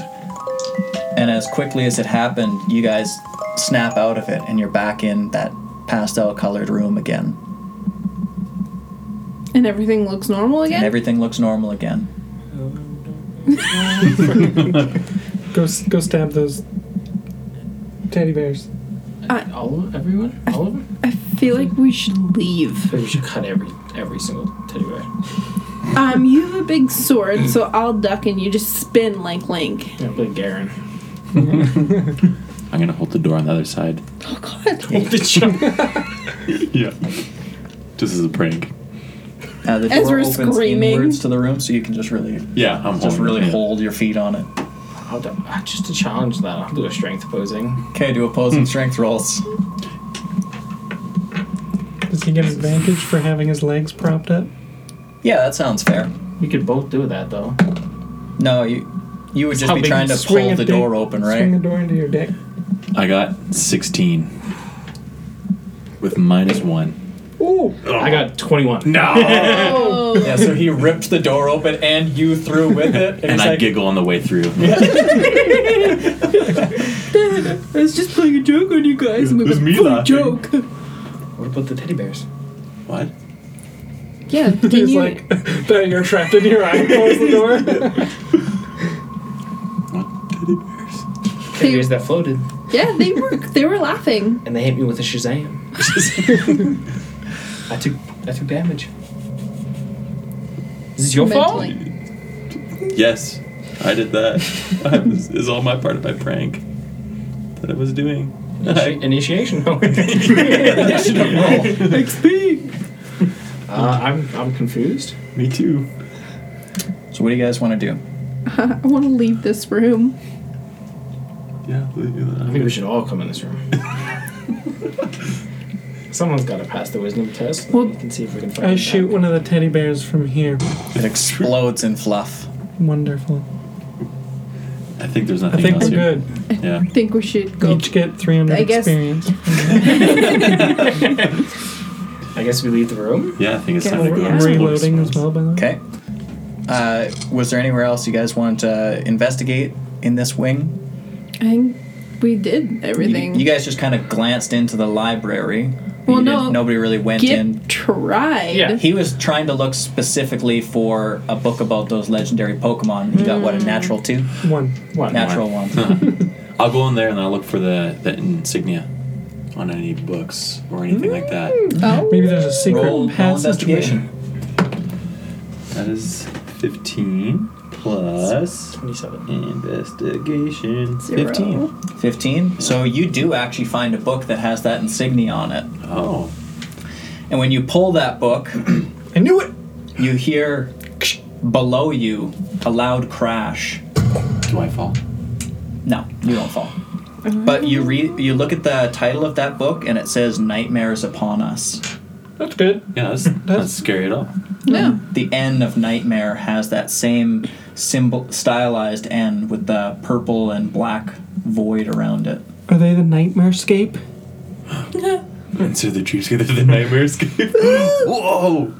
Speaker 1: And as quickly as it happened, you guys snap out of it and you're back in that pastel colored room again.
Speaker 3: And everything looks normal
Speaker 1: And
Speaker 3: again?
Speaker 1: everything looks normal again.
Speaker 5: Go, s- go stab those teddy bears.
Speaker 6: All of everyone. All of them.
Speaker 3: I feel like we should leave.
Speaker 6: Maybe we should cut every every single teddy bear.
Speaker 3: Um, you have a big sword, so I'll duck and you just spin like Link.
Speaker 6: Yeah, play Garen.
Speaker 2: I'm gonna hold the door on the other side.
Speaker 3: Oh god.
Speaker 6: Hold the jump.
Speaker 7: Yeah. This is a prank.
Speaker 1: Uh, the
Speaker 3: As
Speaker 1: door
Speaker 3: we're
Speaker 1: opens
Speaker 3: screaming.
Speaker 1: inwards to the room, so you can just really
Speaker 7: Yeah, I'm
Speaker 1: just
Speaker 7: holding
Speaker 2: Oh,
Speaker 1: really
Speaker 7: it.
Speaker 1: hold your feet on it.
Speaker 6: I'll do, uh, just to challenge that. I'll do a strength posing.
Speaker 1: Okay, do opposing strength rolls.
Speaker 5: Does he get advantage for having his legs propped up?
Speaker 1: Yeah, that sounds fair.
Speaker 6: We could both do that though.
Speaker 1: No, you you would just
Speaker 6: How
Speaker 1: be
Speaker 6: big
Speaker 1: trying to
Speaker 5: Swing
Speaker 1: pull
Speaker 5: a
Speaker 1: the
Speaker 5: dick-
Speaker 1: door open,
Speaker 5: Swing the
Speaker 1: right?
Speaker 5: door into your dick.
Speaker 2: I got 16 with minus one.
Speaker 5: Ooh!
Speaker 6: I got 21.
Speaker 2: No!
Speaker 3: Oh.
Speaker 1: Yeah, so he ripped the door open and you through with it, and,
Speaker 2: and
Speaker 1: he's
Speaker 2: I
Speaker 1: like,
Speaker 2: giggle on the way through.
Speaker 3: I was just playing a joke on you guys. and we
Speaker 7: It was
Speaker 3: went,
Speaker 7: me
Speaker 3: "Funny
Speaker 7: laughing."
Speaker 3: joke.
Speaker 6: What about the teddy bears?
Speaker 2: What?
Speaker 3: Yeah, didn't
Speaker 5: He's
Speaker 3: you?
Speaker 5: like, that you're trapped in here. I close the door.
Speaker 2: What teddy bears?
Speaker 6: Teddy bears that floated,
Speaker 3: yeah, they were they were laughing.
Speaker 6: and they hit me with a Shazam. I took I took damage. Is this your fault?
Speaker 3: mentally.
Speaker 2: Yes, I did that. I was, is all my part of my prank that I was doing.
Speaker 6: Initi- initiation. No.
Speaker 2: XP.
Speaker 6: uh, I'm I'm confused.
Speaker 2: Me too.
Speaker 1: So what do you guys want to do?
Speaker 3: I want to leave this room.
Speaker 2: Yeah.
Speaker 6: I think we should all come in this room. Someone's got to pass the wisdom test.
Speaker 3: Well,
Speaker 6: we can see if we can find
Speaker 5: I
Speaker 6: out.
Speaker 5: shoot one of the teddy bears from here.
Speaker 1: It explodes in fluff.
Speaker 5: Wonderful.
Speaker 2: I think there's
Speaker 5: I
Speaker 2: nothing
Speaker 5: think
Speaker 2: else
Speaker 5: we're
Speaker 2: here.
Speaker 5: good.
Speaker 2: Yeah.
Speaker 3: I think we should go.
Speaker 5: Each get 300
Speaker 3: I guess-
Speaker 5: experience.
Speaker 6: I guess we leave the room.
Speaker 2: Yeah, I think it's
Speaker 3: Okay,
Speaker 2: time to go.
Speaker 3: we're
Speaker 5: I'm
Speaker 2: explore this
Speaker 5: reloading as
Speaker 2: place.
Speaker 5: well, by the way.
Speaker 1: Okay. Uh, was there anywhere else you guys wanted to investigate in this wing?
Speaker 3: I think we did
Speaker 1: You,
Speaker 3: everything.
Speaker 1: you guys just kind of glanced into the library.
Speaker 3: Well,
Speaker 1: You
Speaker 3: no.
Speaker 1: didn't- Nobody really went in.
Speaker 3: Gip tried.
Speaker 6: Yeah.
Speaker 1: He was trying to look specifically for a book about those legendary Pokemon. He got what
Speaker 3: Hmm.
Speaker 1: a natural two,
Speaker 5: One.
Speaker 6: One.
Speaker 1: natural one.
Speaker 2: I'll go in there and I'll look for the, the insignia on any books or anything like that.
Speaker 5: Mm.
Speaker 3: Oh.
Speaker 5: Maybe there's a secret
Speaker 1: Roll, roll
Speaker 5: passageway.
Speaker 1: investigation.
Speaker 2: That is 15 plus
Speaker 6: Twenty-seven.
Speaker 2: investigation.
Speaker 3: Zero.
Speaker 2: 15.
Speaker 1: Fifteen. So you do actually find a book that has that insignia on it.
Speaker 2: Oh.
Speaker 1: And when you pull that book,
Speaker 5: I knew it!
Speaker 1: you hear below you a loud crash.
Speaker 2: Do I fall?
Speaker 1: No, you don't fall. But you read, you look at the title of that book, and it says "Nightmares Upon Us."
Speaker 5: That's good.
Speaker 2: Yeah, that's, not scary at all.
Speaker 3: No.
Speaker 1: The N of nightmare has that same symbol, stylized N with the purple and black void around it.
Speaker 5: Are they the nightmare scape?
Speaker 2: And so the dreams get the nightmares. Whoa! Dude,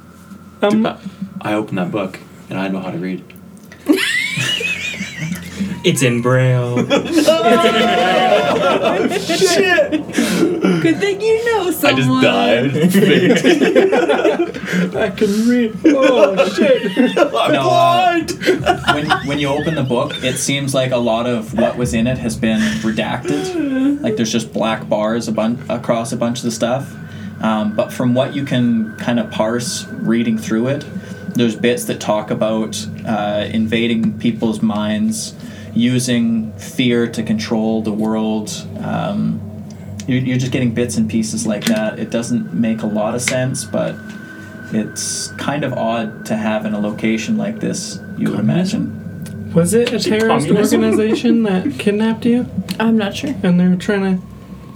Speaker 5: Um,
Speaker 2: I- I opened that book and I know how to read.
Speaker 4: It's in braille.
Speaker 8: Good thing you know
Speaker 7: I
Speaker 8: someone.
Speaker 7: just died. Faked.
Speaker 5: I can read. Oh shit!
Speaker 1: No, uh, when, when you open the book, it seems like a lot of what was in it has been redacted. Like there's just black bars a bun- across a bunch of the stuff. Um, but from what you can kind of parse reading through it, there's bits that talk about uh, invading people's minds, using fear to control the world. Um, you're, you're just getting bits and pieces like that. It doesn't make a lot of sense, but it's kind of odd to have in a location like this, you would imagine.
Speaker 5: Was it a terrorist
Speaker 4: communism?
Speaker 5: organization that kidnapped you,
Speaker 3: I'm not sure.
Speaker 5: and they were trying to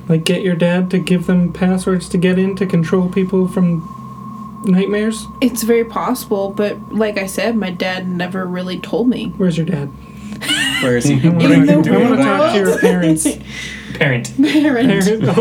Speaker 5: like get your dad to give them passwords to get in to control people from nightmares?
Speaker 3: It's very possible, but like I said, my dad never really told me.
Speaker 5: Where's your dad?
Speaker 1: Where is he?
Speaker 5: I want
Speaker 3: In
Speaker 5: to
Speaker 3: the
Speaker 5: talk to your
Speaker 3: world.
Speaker 5: parents.
Speaker 4: Parent.
Speaker 3: Parent.
Speaker 5: Parents.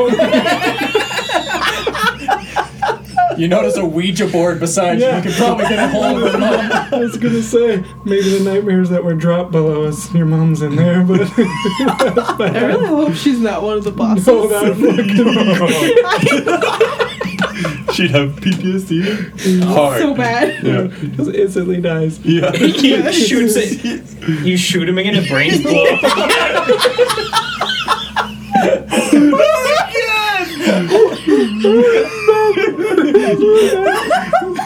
Speaker 1: you notice a Ouija board beside
Speaker 5: Yeah.
Speaker 1: you. You could probably get a hold of his mom.
Speaker 5: I was gonna say maybe the nightmares that were dropped below us. Your mom's in there, but
Speaker 3: I really hope she's not one of the bosses.
Speaker 5: so that
Speaker 7: She'd have PTSD. Hard.
Speaker 3: so bad.
Speaker 7: Yeah.
Speaker 5: just instantly dies.
Speaker 7: Yeah.
Speaker 4: You shoots it. You shoot him again, it brains blow.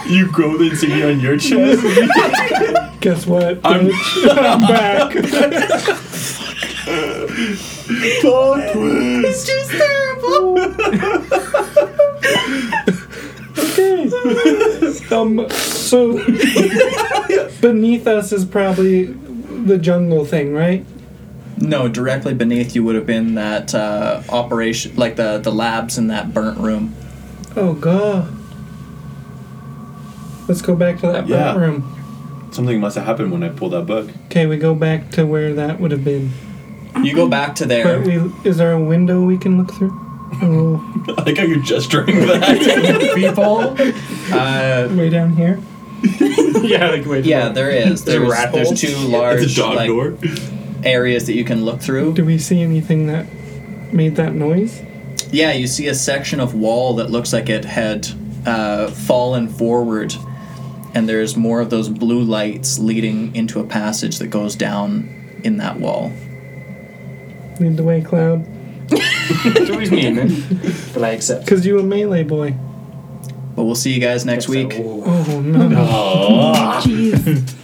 Speaker 7: You grow the insignia on your chest.
Speaker 5: Guess what?
Speaker 7: I'm-
Speaker 5: bitch? I'm back.
Speaker 7: Plot twist.
Speaker 3: She's terrible.
Speaker 5: Um, so beneath us is probably the jungle thing, right?
Speaker 1: No, directly beneath you would have been that uh, operation, like the, the labs in that burnt room.
Speaker 5: Oh god. Let's go back to that
Speaker 7: Yeah.
Speaker 5: burnt room.
Speaker 7: Something must have happened when I pulled that book.
Speaker 5: Okay, we go back to where that would have been.
Speaker 1: You go back to
Speaker 5: But
Speaker 1: there.
Speaker 5: we is there a window we can look through? Oh,
Speaker 7: I like how you're gesturing that.
Speaker 1: People. Uh,
Speaker 5: way down here.
Speaker 4: yeah, like wait.
Speaker 1: yeah, there is.
Speaker 4: There's a
Speaker 1: There's,
Speaker 4: rat hole.
Speaker 1: there's two large
Speaker 7: it's a dog
Speaker 1: like,
Speaker 7: door.
Speaker 1: areas that you can look through.
Speaker 5: Do we see anything that made that noise?
Speaker 1: Yeah, you see a section of wall that looks like it had uh, fallen forward, and there's more of those blue lights leading into a passage that goes down in that wall.
Speaker 5: Lead the way, Cloud.
Speaker 4: Joey's mean, man. But I accept.
Speaker 5: Cause you a melee boy.
Speaker 1: But we'll see you guys next week.
Speaker 5: Oh no.
Speaker 3: Jeez.